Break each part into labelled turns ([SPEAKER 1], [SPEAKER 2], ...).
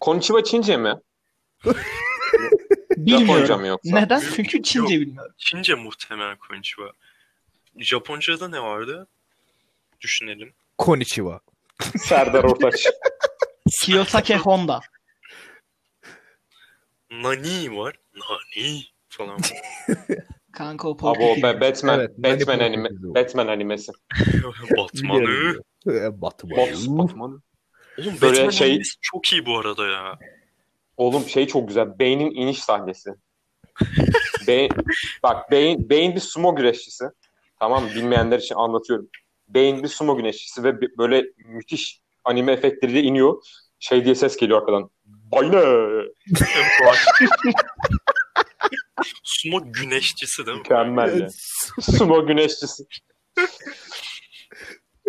[SPEAKER 1] Konnichiwa Çince mi? Japonca
[SPEAKER 2] Bilmiyorum.
[SPEAKER 1] mı yoksa?
[SPEAKER 2] Neden? Çünkü Çince bilmiyorum.
[SPEAKER 3] Çince muhtemelen konnichiwa. Japonca'da ne vardı? Düşünelim.
[SPEAKER 4] Konnichiwa.
[SPEAKER 1] Serdar Ortaç.
[SPEAKER 2] Kiyosaki Honda.
[SPEAKER 3] Nani var. Nani falan.
[SPEAKER 2] Kanka o
[SPEAKER 1] Abi o
[SPEAKER 2] porno
[SPEAKER 1] be-
[SPEAKER 2] filmi.
[SPEAKER 1] Batman,
[SPEAKER 4] Evet,
[SPEAKER 1] Batman,
[SPEAKER 4] Manipur
[SPEAKER 1] anime,
[SPEAKER 4] dizi o.
[SPEAKER 1] Batman animesi.
[SPEAKER 3] Batman'ı.
[SPEAKER 4] Ee, Batman.
[SPEAKER 1] Box, Batman.
[SPEAKER 3] Oğlum
[SPEAKER 1] Böyle
[SPEAKER 3] Batman
[SPEAKER 1] şey-
[SPEAKER 3] animesi çok iyi bu arada ya.
[SPEAKER 1] Oğlum şey çok güzel. Bane'in iniş sahnesi. Bane, bak Bane, Bane bir sumo güreşçisi. Tamam mı? bilmeyenler için anlatıyorum. Bane bir sumo güreşçisi ve bi- böyle müthiş anime efektleriyle iniyor. Şey diye ses geliyor arkadan. Bayne!
[SPEAKER 3] Sumo güneşçisi değil mi?
[SPEAKER 1] Mükemmel ya. Sumo güneşçisi.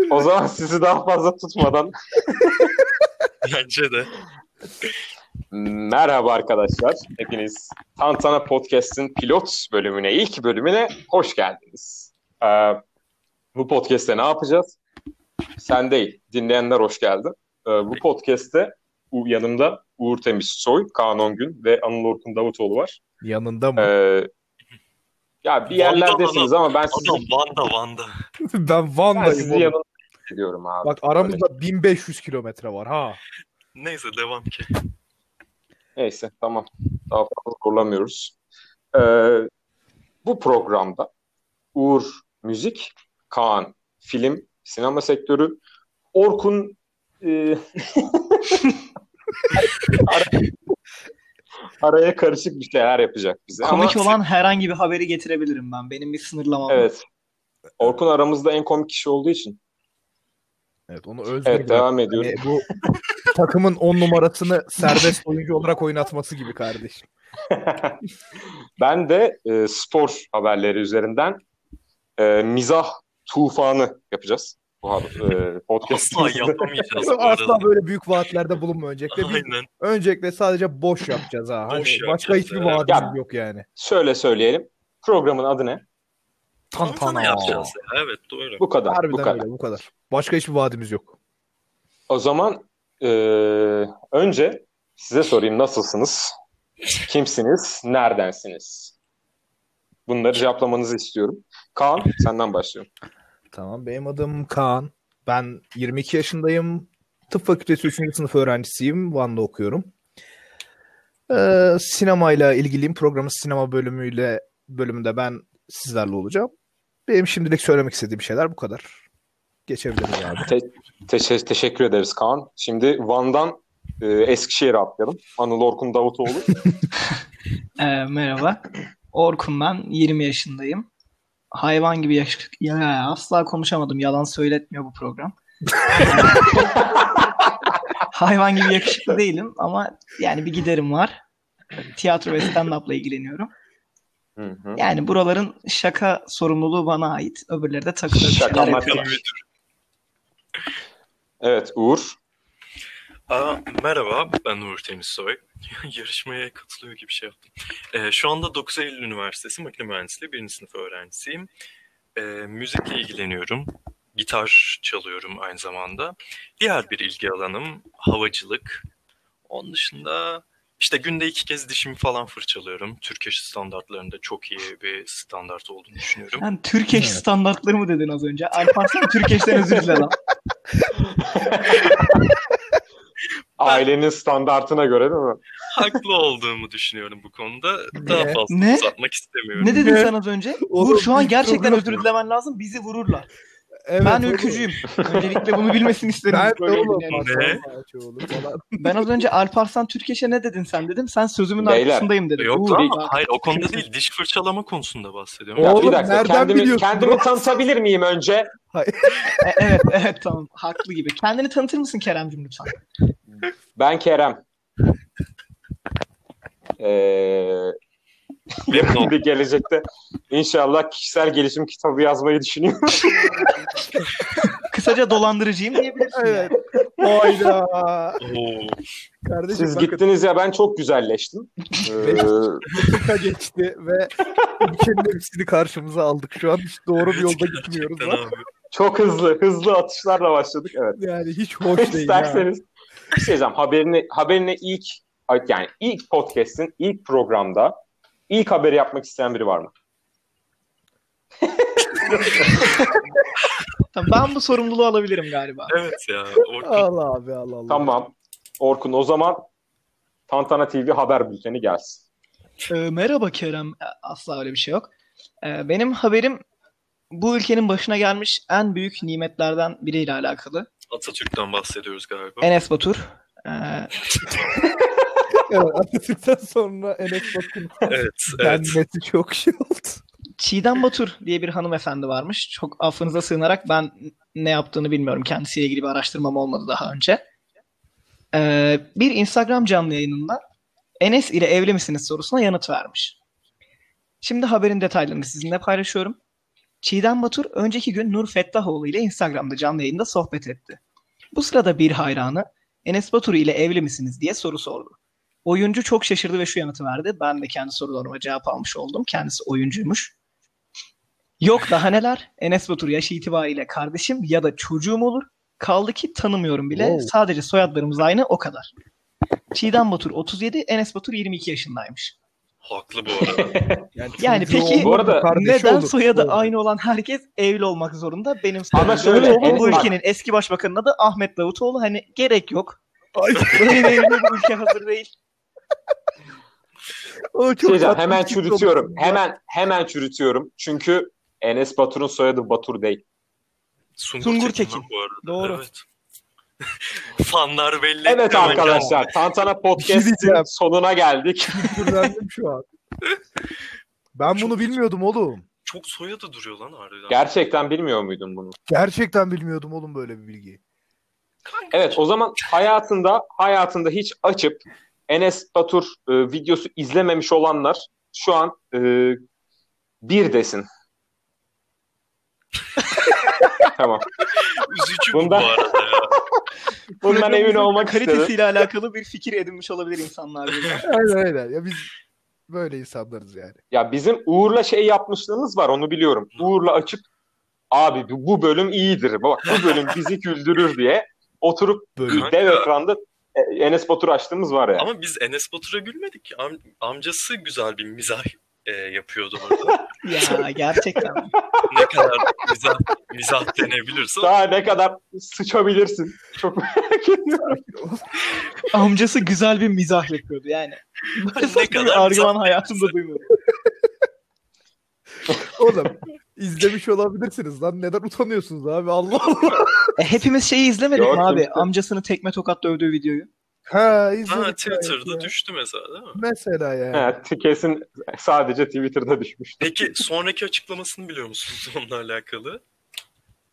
[SPEAKER 1] o zaman sizi daha fazla tutmadan
[SPEAKER 3] Bence de.
[SPEAKER 1] merhaba arkadaşlar. Hepiniz Tantana Podcast'in pilot bölümüne, ilk bölümüne hoş geldiniz. Ee, bu podcast'te ne yapacağız? Sen değil, dinleyenler hoş geldi. Ee, bu podcast'te U- yanımda Uğur Temiz Soy, Kaan Ongün ve Anıl Orkun Davutoğlu var.
[SPEAKER 4] Yanında mı?
[SPEAKER 1] Ee, ya bir yerlerdesiniz ama ben sizi,
[SPEAKER 3] Adam Vanda Vanda.
[SPEAKER 4] ben
[SPEAKER 1] ben
[SPEAKER 4] Van'dayım.
[SPEAKER 1] sizi
[SPEAKER 4] oğlum.
[SPEAKER 1] yanımda diyorum abi.
[SPEAKER 4] Bak aramızda 1500 kilometre var ha.
[SPEAKER 3] Neyse devam ki.
[SPEAKER 1] Neyse tamam. Daha fazla zorlamıyoruz. Ee, bu programda Uğur müzik, Kaan film, sinema sektörü, Orkun e, Ara- araya karışık bir şeyler yapacak bize.
[SPEAKER 2] Komik
[SPEAKER 1] Ama,
[SPEAKER 2] olan herhangi bir haberi getirebilirim ben. Benim bir sınırlamam. Evet.
[SPEAKER 1] evet. Orkun aramızda en komik kişi olduğu için.
[SPEAKER 4] Evet onu özgür
[SPEAKER 1] Evet
[SPEAKER 4] bırak.
[SPEAKER 1] devam ediyorum.
[SPEAKER 4] Hani bu takımın 10 numarasını serbest oyuncu olarak oynatması gibi kardeşim.
[SPEAKER 1] ben de e, spor haberleri üzerinden e, mizah tufanı yapacağız. Bu ha- e,
[SPEAKER 3] Asla
[SPEAKER 1] podcast'ımızda.
[SPEAKER 3] yapamayacağız bu arada.
[SPEAKER 4] Asla böyle büyük vaatlerde bulunma öncelikle. Biz
[SPEAKER 3] Aynen.
[SPEAKER 4] öncelikle sadece boş yapacağız ha. Hani
[SPEAKER 3] Boş
[SPEAKER 4] başka
[SPEAKER 3] yapacağız,
[SPEAKER 4] hiçbir
[SPEAKER 3] evet.
[SPEAKER 1] Ya-
[SPEAKER 4] vaadimiz yok yani.
[SPEAKER 1] Şöyle söyleyelim. Programın adı ne?
[SPEAKER 4] Tantana.
[SPEAKER 3] Tantana yapacağız ya. Evet doğru.
[SPEAKER 1] Bu kadar.
[SPEAKER 4] Harbiden
[SPEAKER 1] bu kadar.
[SPEAKER 4] öyle bu kadar. Başka hiçbir vaadimiz yok.
[SPEAKER 1] O zaman e, önce size sorayım nasılsınız? Kimsiniz? Neredensiniz? Bunları cevaplamanızı istiyorum. Kaan senden başlıyorum.
[SPEAKER 4] Tamam benim adım Kaan. Ben 22 yaşındayım. Tıp fakültesi 3. sınıf öğrencisiyim. Van'da okuyorum. Ee, sinemayla ilgiliyim. Programın sinema bölümüyle bölümünde ben sizlerle olacağım. Benim şimdilik söylemek istediğim şeyler bu kadar. Geçebiliriz abi.
[SPEAKER 1] Teşe- teşekkür ederiz Kaan. Şimdi Van'dan e, Eskişehir'e atlayalım. Anıl Orkun Davutoğlu.
[SPEAKER 2] Ee, merhaba. Orkun ben. 20 yaşındayım. Hayvan gibi yaş... Ya, asla konuşamadım. Yalan söyletmiyor bu program. Hayvan gibi yakışıklı değilim ama yani bir giderim var. Tiyatro ve stand-up'la ilgileniyorum.
[SPEAKER 1] Hı hı.
[SPEAKER 2] Yani buraların şaka sorumluluğu bana ait. Öbürleri de takılır.
[SPEAKER 1] Şaka
[SPEAKER 2] şeyler
[SPEAKER 1] maka.
[SPEAKER 2] yapıyorlar.
[SPEAKER 1] Evet Uğur.
[SPEAKER 3] Aa, merhaba ben Uğur Temizsoy. Yarışmaya katılıyor gibi şey yaptım. Ee, şu anda 9 Eylül Üniversitesi Makine Mühendisliği 1. sınıf öğrencisiyim. Ee, müzikle ilgileniyorum. Gitar çalıyorum aynı zamanda. Diğer bir ilgi alanım havacılık. Onun dışında işte günde iki kez dişimi falan fırçalıyorum. Türk eşi standartlarında çok iyi bir standart olduğunu düşünüyorum.
[SPEAKER 2] Sen Türkeş
[SPEAKER 4] Evet.
[SPEAKER 2] standartları mı dedin az önce? Alparslan Türkeş'ten özür dile lan.
[SPEAKER 1] Ailenin standartına göre değil mi?
[SPEAKER 3] Haklı olduğumu düşünüyorum bu konuda. Daha
[SPEAKER 4] Ne?
[SPEAKER 3] fazla
[SPEAKER 2] Ne?
[SPEAKER 3] uzatmak istemiyorum.
[SPEAKER 2] Ne dedin
[SPEAKER 4] Ne?
[SPEAKER 2] sen az önce?
[SPEAKER 4] Oğlum,
[SPEAKER 2] Uğur şu an
[SPEAKER 4] biz
[SPEAKER 2] gerçekten
[SPEAKER 4] programı-
[SPEAKER 2] özür dilemen lazım. Bizi vururlar.
[SPEAKER 4] Evet,
[SPEAKER 2] ben
[SPEAKER 4] oğlum.
[SPEAKER 2] ülkücüyüm. Öncelikle bunu bilmesini isterim.
[SPEAKER 4] Ben
[SPEAKER 2] Böyle
[SPEAKER 4] de oğlum.
[SPEAKER 2] yani.
[SPEAKER 4] bak,
[SPEAKER 3] Ne?
[SPEAKER 4] bak, oğlum falan.
[SPEAKER 2] Ben az önce Alparslan Türkeş'e ne dedin sen dedim. Sen sözümün
[SPEAKER 1] Beyler.
[SPEAKER 2] arkasındayım dedim.
[SPEAKER 3] Yok
[SPEAKER 2] Uğur,
[SPEAKER 3] lan
[SPEAKER 2] bak.
[SPEAKER 3] hayır o konuda değil diş fırçalama konusunda bahsediyorum.
[SPEAKER 1] Ya
[SPEAKER 4] Oğlum,
[SPEAKER 1] bir dakika
[SPEAKER 4] nereden
[SPEAKER 1] kendimi,
[SPEAKER 4] biliyorsun?
[SPEAKER 1] kendimi tanıtabilir miyim önce?
[SPEAKER 2] E, evet evet tamam. Haklı gibi. Kendini tanıtır mısın Kerem'cim lütfen?
[SPEAKER 1] Ben Kerem. Ee,
[SPEAKER 3] Memnun oldum.
[SPEAKER 1] bir gelecekte inşallah kişisel gelişim kitabı yazmayı düşünüyorum.
[SPEAKER 2] Kısaca dolandırıcıyım diyebilirsin.
[SPEAKER 4] Evet. Hayda.
[SPEAKER 3] Oo,
[SPEAKER 4] Kardeşim
[SPEAKER 1] Siz
[SPEAKER 4] bakın
[SPEAKER 1] gittiniz ya ben çok güzelleştim. Ee,
[SPEAKER 4] dakika geçti ve ülkenin hepsini karşımıza aldık. Şu an hiç doğru bir yolda gitmiyoruz.
[SPEAKER 3] gerçekten
[SPEAKER 4] lan.
[SPEAKER 3] abi.
[SPEAKER 1] çok hızlı hızlı atışlarla başladık evet.
[SPEAKER 4] Yani hiç hoş değil. ya.
[SPEAKER 1] İsterseniz bir şey diyeceğim. Haberini, haberine ilk yani ilk podcast'in ilk programda ilk haberi yapmak isteyen biri var mı?
[SPEAKER 2] Tamam, Ben bu sorumluluğu alabilirim galiba.
[SPEAKER 3] Evet ya. Orkun
[SPEAKER 4] Allah abi Allah Allah.
[SPEAKER 1] Tamam. Orkun o zaman Tantana TV haber bülteni gelsin.
[SPEAKER 2] Ee, merhaba Kerem. Ee, Asla öyle bir şey yok. Ee, benim haberim bu ülkenin başına gelmiş en büyük nimetlerden biriyle alakalı.
[SPEAKER 3] Atatürk'ten bahsediyoruz galiba.
[SPEAKER 2] Enes Batur. Ee,
[SPEAKER 4] Evet, Atatürk'ten sonra Enes Batur'un
[SPEAKER 3] Evet, evet.
[SPEAKER 4] denmesi çok şey oldu.
[SPEAKER 2] Çiğdem Batur diye bir hanımefendi varmış. Çok affınıza sığınarak ben ne yaptığını bilmiyorum. Kendisiyle ilgili bir araştırmam olmadı daha önce. Ee, bir Instagram canlı yayınında Enes ile evli misiniz sorusuna yanıt vermiş. Şimdi haberin detaylarını sizinle paylaşıyorum. Çiğdem Batur önceki gün Nur Fettahoğlu ile Instagram'da canlı yayında sohbet etti. Bu sırada bir hayranı Enes Batur ile evli misiniz diye soru sordu. Oyuncu çok şaşırdı ve şu yanıtı verdi. Ben de kendi sorularıma cevap almış oldum. Kendisi oyuncuymuş. Yok daha neler. Enes Batur yaşı itibariyle kardeşim ya da çocuğum olur. Kaldı ki tanımıyorum bile.
[SPEAKER 4] Wow.
[SPEAKER 2] Sadece soyadlarımız aynı o kadar. Çiğdem Batur 37, Enes Batur 22 yaşındaymış.
[SPEAKER 3] Haklı bu arada.
[SPEAKER 2] Yani
[SPEAKER 4] çocuğu
[SPEAKER 2] peki-
[SPEAKER 4] olur,
[SPEAKER 1] Bu arada
[SPEAKER 4] kardeşi
[SPEAKER 2] Neden
[SPEAKER 4] olur.
[SPEAKER 2] soyadı
[SPEAKER 4] Olur.
[SPEAKER 2] aynı olan herkes evli olmak zorunda? Benim
[SPEAKER 1] Ama
[SPEAKER 2] söylediğim
[SPEAKER 1] şöyle,
[SPEAKER 2] bu- bu
[SPEAKER 1] Enes-
[SPEAKER 2] ülkenin eski başbakanının adı Ahmet Davutoğlu. Hani gerek yok.
[SPEAKER 4] Ay,
[SPEAKER 2] Böyle bir evliliğe bu ülke hazır değil.
[SPEAKER 4] o
[SPEAKER 1] Bir şey
[SPEAKER 4] çok
[SPEAKER 1] diyeceğim,
[SPEAKER 4] tatlı
[SPEAKER 1] hemen
[SPEAKER 4] bir çift
[SPEAKER 1] çürütüyorum.
[SPEAKER 4] olmuş.
[SPEAKER 1] Hemen hemen çürütüyorum. Çünkü Enes Batur'un soyadı Batur değil.
[SPEAKER 3] Sungur,
[SPEAKER 2] Sungur
[SPEAKER 3] Tekin. lan
[SPEAKER 2] Tekin.
[SPEAKER 3] Bu arada.
[SPEAKER 2] Doğru.
[SPEAKER 3] Evet. Fanlar belli.
[SPEAKER 1] Evet
[SPEAKER 3] etti ama
[SPEAKER 1] arkadaşlar, Tantana
[SPEAKER 4] Bir şey
[SPEAKER 1] Podcast'in
[SPEAKER 4] diyeceğim.
[SPEAKER 1] sonuna geldik.
[SPEAKER 4] Kültürlendim şu an. Ben bunu bilmiyordum oğlum.
[SPEAKER 3] Çok soyadı duruyor lan harbiden.
[SPEAKER 1] Gerçekten bilmiyor muydun bunu?
[SPEAKER 4] Gerçekten bilmiyordum oğlum böyle bir bilgiyi.
[SPEAKER 3] Kanka,
[SPEAKER 1] Evet, o zaman hayatında hayatında hiç açıp Enes Batur e, videosu izlememiş olanlar şu an e, bir desin. tamam.
[SPEAKER 3] Üzücü bu bu
[SPEAKER 1] Bundan-
[SPEAKER 3] arada ya.
[SPEAKER 1] Bundan emin
[SPEAKER 2] Programımızın
[SPEAKER 1] olmak istedim.
[SPEAKER 2] Kalitesiyle alakalı bir fikir edinmiş olabilir insanlar.
[SPEAKER 4] Aynen aynen. Ya biz böyle insanlarız yani.
[SPEAKER 1] Ya bizim Uğur'la şey yapmışlığımız var onu biliyorum. Uğur'la açıp abi bu bu bölüm iyidir. Bak bu bölüm bizi güldürür diye oturup
[SPEAKER 4] Böyle.
[SPEAKER 3] Kanka.
[SPEAKER 1] dev ekranda e, Enes Batur açtığımız var ya.
[SPEAKER 3] Ama biz Enes Batur'a gülmedik ki. Am- amcası güzel bir mizah e, yapıyordu orada.
[SPEAKER 2] ya gerçekten.
[SPEAKER 3] ne kadar mizah, mizah denebilirse.
[SPEAKER 1] Daha ne kadar sıçabilirsin. Çok merak ediyorum.
[SPEAKER 2] Amcası güzel bir mizah yapıyordu yani. Böyle saçma
[SPEAKER 3] kadar
[SPEAKER 2] bir argüman
[SPEAKER 3] mizah
[SPEAKER 2] hayatımda duymadım.
[SPEAKER 4] Oğlum izlemiş olabilirsiniz lan. Neden utanıyorsunuz abi? Allah Allah.
[SPEAKER 2] E, hepimiz şeyi izlemedik
[SPEAKER 1] Yok,
[SPEAKER 2] mi abi?
[SPEAKER 1] kimse.
[SPEAKER 2] Amcasını tekme tokat dövdüğü videoyu.
[SPEAKER 4] Ha, izledik
[SPEAKER 3] Ha,
[SPEAKER 4] gayet
[SPEAKER 3] Twitter'da
[SPEAKER 4] ya.
[SPEAKER 3] düştü mesela değil mi?
[SPEAKER 4] Mesela yani.
[SPEAKER 1] Evet, kesin sadece Twitter'da düşmüştü.
[SPEAKER 3] Peki sonraki açıklamasını biliyor musunuz onunla alakalı?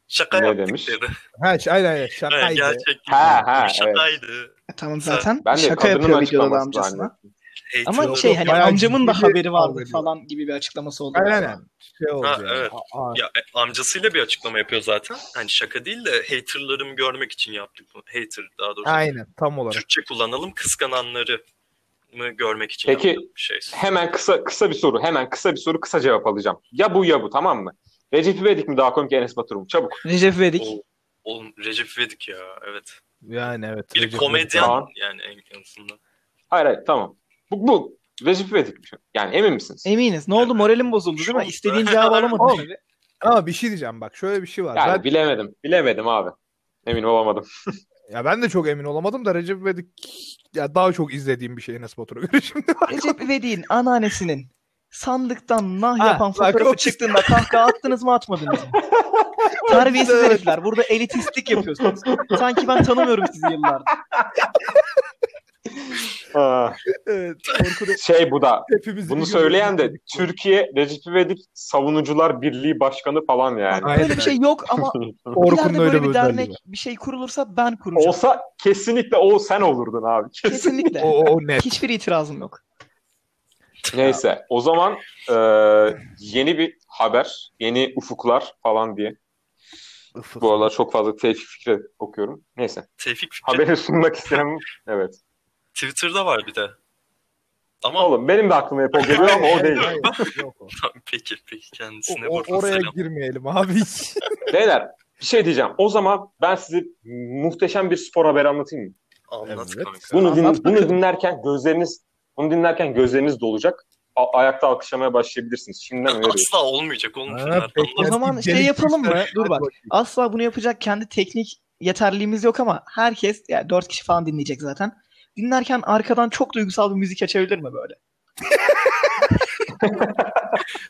[SPEAKER 3] Şaka
[SPEAKER 1] Ne
[SPEAKER 3] yaptık
[SPEAKER 1] demiş?
[SPEAKER 3] dedi.
[SPEAKER 4] Ha, ş- aynen aynen.
[SPEAKER 3] Ha,
[SPEAKER 4] Şakaydı.
[SPEAKER 3] gerçek değil.
[SPEAKER 1] Ha, ha,
[SPEAKER 3] Bir şakaydı.
[SPEAKER 2] E, tamam
[SPEAKER 3] Sen-
[SPEAKER 2] zaten
[SPEAKER 1] Ben de
[SPEAKER 2] şaka
[SPEAKER 1] kadının
[SPEAKER 2] yapıyor videoda da
[SPEAKER 1] açıklaması
[SPEAKER 2] amcasına.
[SPEAKER 1] zannettim.
[SPEAKER 3] Hater
[SPEAKER 2] Ama
[SPEAKER 3] oldu.
[SPEAKER 4] Yok,
[SPEAKER 2] şey
[SPEAKER 4] yok,
[SPEAKER 2] hani
[SPEAKER 4] bayağı
[SPEAKER 2] amcamın da
[SPEAKER 4] ciddi bir
[SPEAKER 2] haberi vardı
[SPEAKER 4] kavga ediyor.
[SPEAKER 2] falan gibi bir açıklaması oldu.
[SPEAKER 4] Aynen aynen. Şey oldu
[SPEAKER 3] Ha,
[SPEAKER 4] yani.
[SPEAKER 3] evet.
[SPEAKER 4] Aa, aa.
[SPEAKER 3] Ya e, amcasıyla bir açıklama yapıyor zaten. Hani şaka değil de haterlarımı görmek için yaptık bunu. Hater daha doğrusu.
[SPEAKER 4] Aynen tam olarak.
[SPEAKER 3] Türkçe kullanalım kıskananları mı görmek için
[SPEAKER 1] Peki.
[SPEAKER 3] yaptık bir şey.
[SPEAKER 1] Hemen kısa kısa bir soru. Hemen kısa bir soru kısa cevap alacağım. Ya bu ya bu tamam mı? Recep İvedik mi daha komik Enes Batur mu? Çabuk.
[SPEAKER 2] Recep İvedik.
[SPEAKER 3] O- Oğlum Recep İvedik ya evet.
[SPEAKER 4] Yani evet.
[SPEAKER 3] Bir
[SPEAKER 4] Recep
[SPEAKER 3] komedyen
[SPEAKER 1] Kaan.
[SPEAKER 3] yani en azından.
[SPEAKER 1] Hayır hayır tamam. Bu, bu. Recep İvedik mi? Yani emin misiniz?
[SPEAKER 2] Eminiz. Ne oldu? Moralim bozuldu değil mi?
[SPEAKER 3] Şu-
[SPEAKER 2] İstediğin cevabı alamadın
[SPEAKER 4] Oğlum.
[SPEAKER 2] tabii.
[SPEAKER 4] Ama bir şey diyeceğim bak şöyle bir şey var.
[SPEAKER 1] Yani
[SPEAKER 4] Ben,
[SPEAKER 1] bilemedim. Bilemedim abi. Emin olamadım.
[SPEAKER 4] ya ben de çok emin olamadım da Recep İvedik ya daha çok izlediğim bir şey Enes Batur'a göre şimdi.
[SPEAKER 2] Recep İvedik'in anneannesinin sandıktan nah
[SPEAKER 4] Ha,
[SPEAKER 2] yapan
[SPEAKER 4] bak
[SPEAKER 2] fotoğrafı
[SPEAKER 4] o-
[SPEAKER 2] çıktığında kahkaha attınız mı atmadınız mı? Terbiyesiz herifler. Burada elitistlik yapıyorsunuz. Sanki ben tanımıyorum sizi yıllardır.
[SPEAKER 1] Aa,
[SPEAKER 4] evet. Orkun'u
[SPEAKER 1] şey bu da.
[SPEAKER 4] hepimiz
[SPEAKER 1] Bunu
[SPEAKER 4] biliyoruz.
[SPEAKER 1] söyleyen de Türkiye Recep İvedik Savunucular Birliği Başkanı falan yani.
[SPEAKER 4] Aynen.
[SPEAKER 2] Böyle bir şey yok ama
[SPEAKER 4] Orkun'un
[SPEAKER 2] ileride böyle
[SPEAKER 4] öyle
[SPEAKER 2] bir
[SPEAKER 4] bir
[SPEAKER 2] dernek
[SPEAKER 4] özelliği var.
[SPEAKER 2] bir şey kurulursa ben kuracağım.
[SPEAKER 1] Olsa kesinlikle o sen olurdun abi. Kesin.
[SPEAKER 2] Kesinlikle.
[SPEAKER 4] O, o, o net.
[SPEAKER 2] Hiçbir itirazım yok.
[SPEAKER 1] Neyse o zaman e, yeni bir haber, yeni ufuklar falan diye. Bu aralar çok fazla Tevfik Fikret okuyorum.
[SPEAKER 3] Şey-
[SPEAKER 1] Neyse
[SPEAKER 3] Tevfik Fikret
[SPEAKER 1] haberi sunmak istemem. Evet.
[SPEAKER 3] Twitter'da var bir de. Ama
[SPEAKER 1] Oğlum benim de aklıma hep o geliyor ama o değil.
[SPEAKER 4] Hayır, hayır, yok o.
[SPEAKER 3] peki peki kendisine
[SPEAKER 4] O- o-
[SPEAKER 3] buradan
[SPEAKER 4] oraya
[SPEAKER 3] selam.
[SPEAKER 4] girmeyelim abi. hiç.
[SPEAKER 1] Beyler bir şey diyeceğim. O zaman ben size muhteşem bir spor haberi anlatayım mı?
[SPEAKER 3] Anlat
[SPEAKER 4] Evet.
[SPEAKER 3] kanka.
[SPEAKER 1] Bunu, din-
[SPEAKER 2] Anlat
[SPEAKER 1] bunu
[SPEAKER 2] bakalım.
[SPEAKER 1] dinlerken gözleriniz bunu dinlerken gözleriniz dolacak. A- ayakta alkışlamaya başlayabilirsiniz. Şimdiden öneriyorum.
[SPEAKER 3] Asla olmayacak oğlum
[SPEAKER 4] Ha,
[SPEAKER 3] şunlar.
[SPEAKER 4] peki.
[SPEAKER 2] O
[SPEAKER 3] Anlat.
[SPEAKER 2] zaman
[SPEAKER 4] bir
[SPEAKER 2] şey
[SPEAKER 4] delik
[SPEAKER 2] yapalım mı?
[SPEAKER 4] düşer.
[SPEAKER 2] Dur bak. Asla bunu yapacak kendi teknik yeterliğimiz yok ama herkes yani 4 kişi falan dinleyecek zaten. Dinlerken arkadan çok duygusal bir müzik açabilir mi böyle?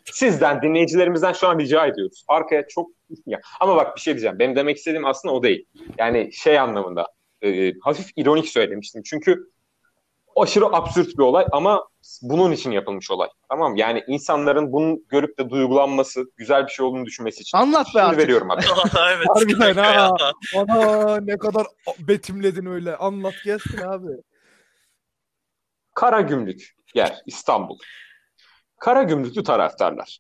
[SPEAKER 1] Sizden dinleyicilerimizden şu an rica ediyoruz. Arkaya çok ya. Ama bak bir şey diyeceğim. Benim demek istediğim aslında o değil. Yani şey anlamında e, hafif ironik söylemiştim. Çünkü aşırı absürt bir olay ama bunun için yapılmış olay. Tamam mı? Yani insanların bunu görüp de duygulanması, güzel bir şey olduğunu düşünmesi için.
[SPEAKER 2] Anlat be
[SPEAKER 1] Şimdi
[SPEAKER 2] artık.
[SPEAKER 1] veriyorum abi.
[SPEAKER 3] Aa, evet.
[SPEAKER 4] Harbiden
[SPEAKER 3] kanka
[SPEAKER 4] ha.
[SPEAKER 3] ya.
[SPEAKER 4] Ana ne kadar betimledin öyle. Anlat gelsin abi.
[SPEAKER 1] Karagümrük yer İstanbul. Karagümrüklü taraftarlar.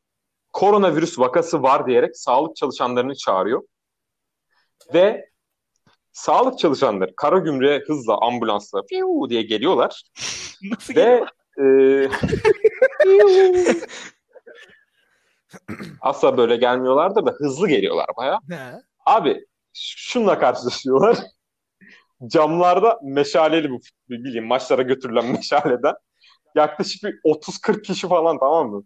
[SPEAKER 1] Koronavirüs vakası var diyerek sağlık çalışanlarını çağırıyor. Ve sağlık çalışanları Karagümrük'e hızla ambulansla fiu diye geliyorlar.
[SPEAKER 2] Nasıl geliyor?
[SPEAKER 1] Ve e, asla böyle gelmiyorlardır da hızlı geliyorlar baya.
[SPEAKER 4] Ne?
[SPEAKER 1] Abi şunla karşılaşıyorlar. Camlarda meşaleli bu ne bileyim maçlara götürülen meşaleden yaklaşık bir 30-40 kişi falan tamam mı?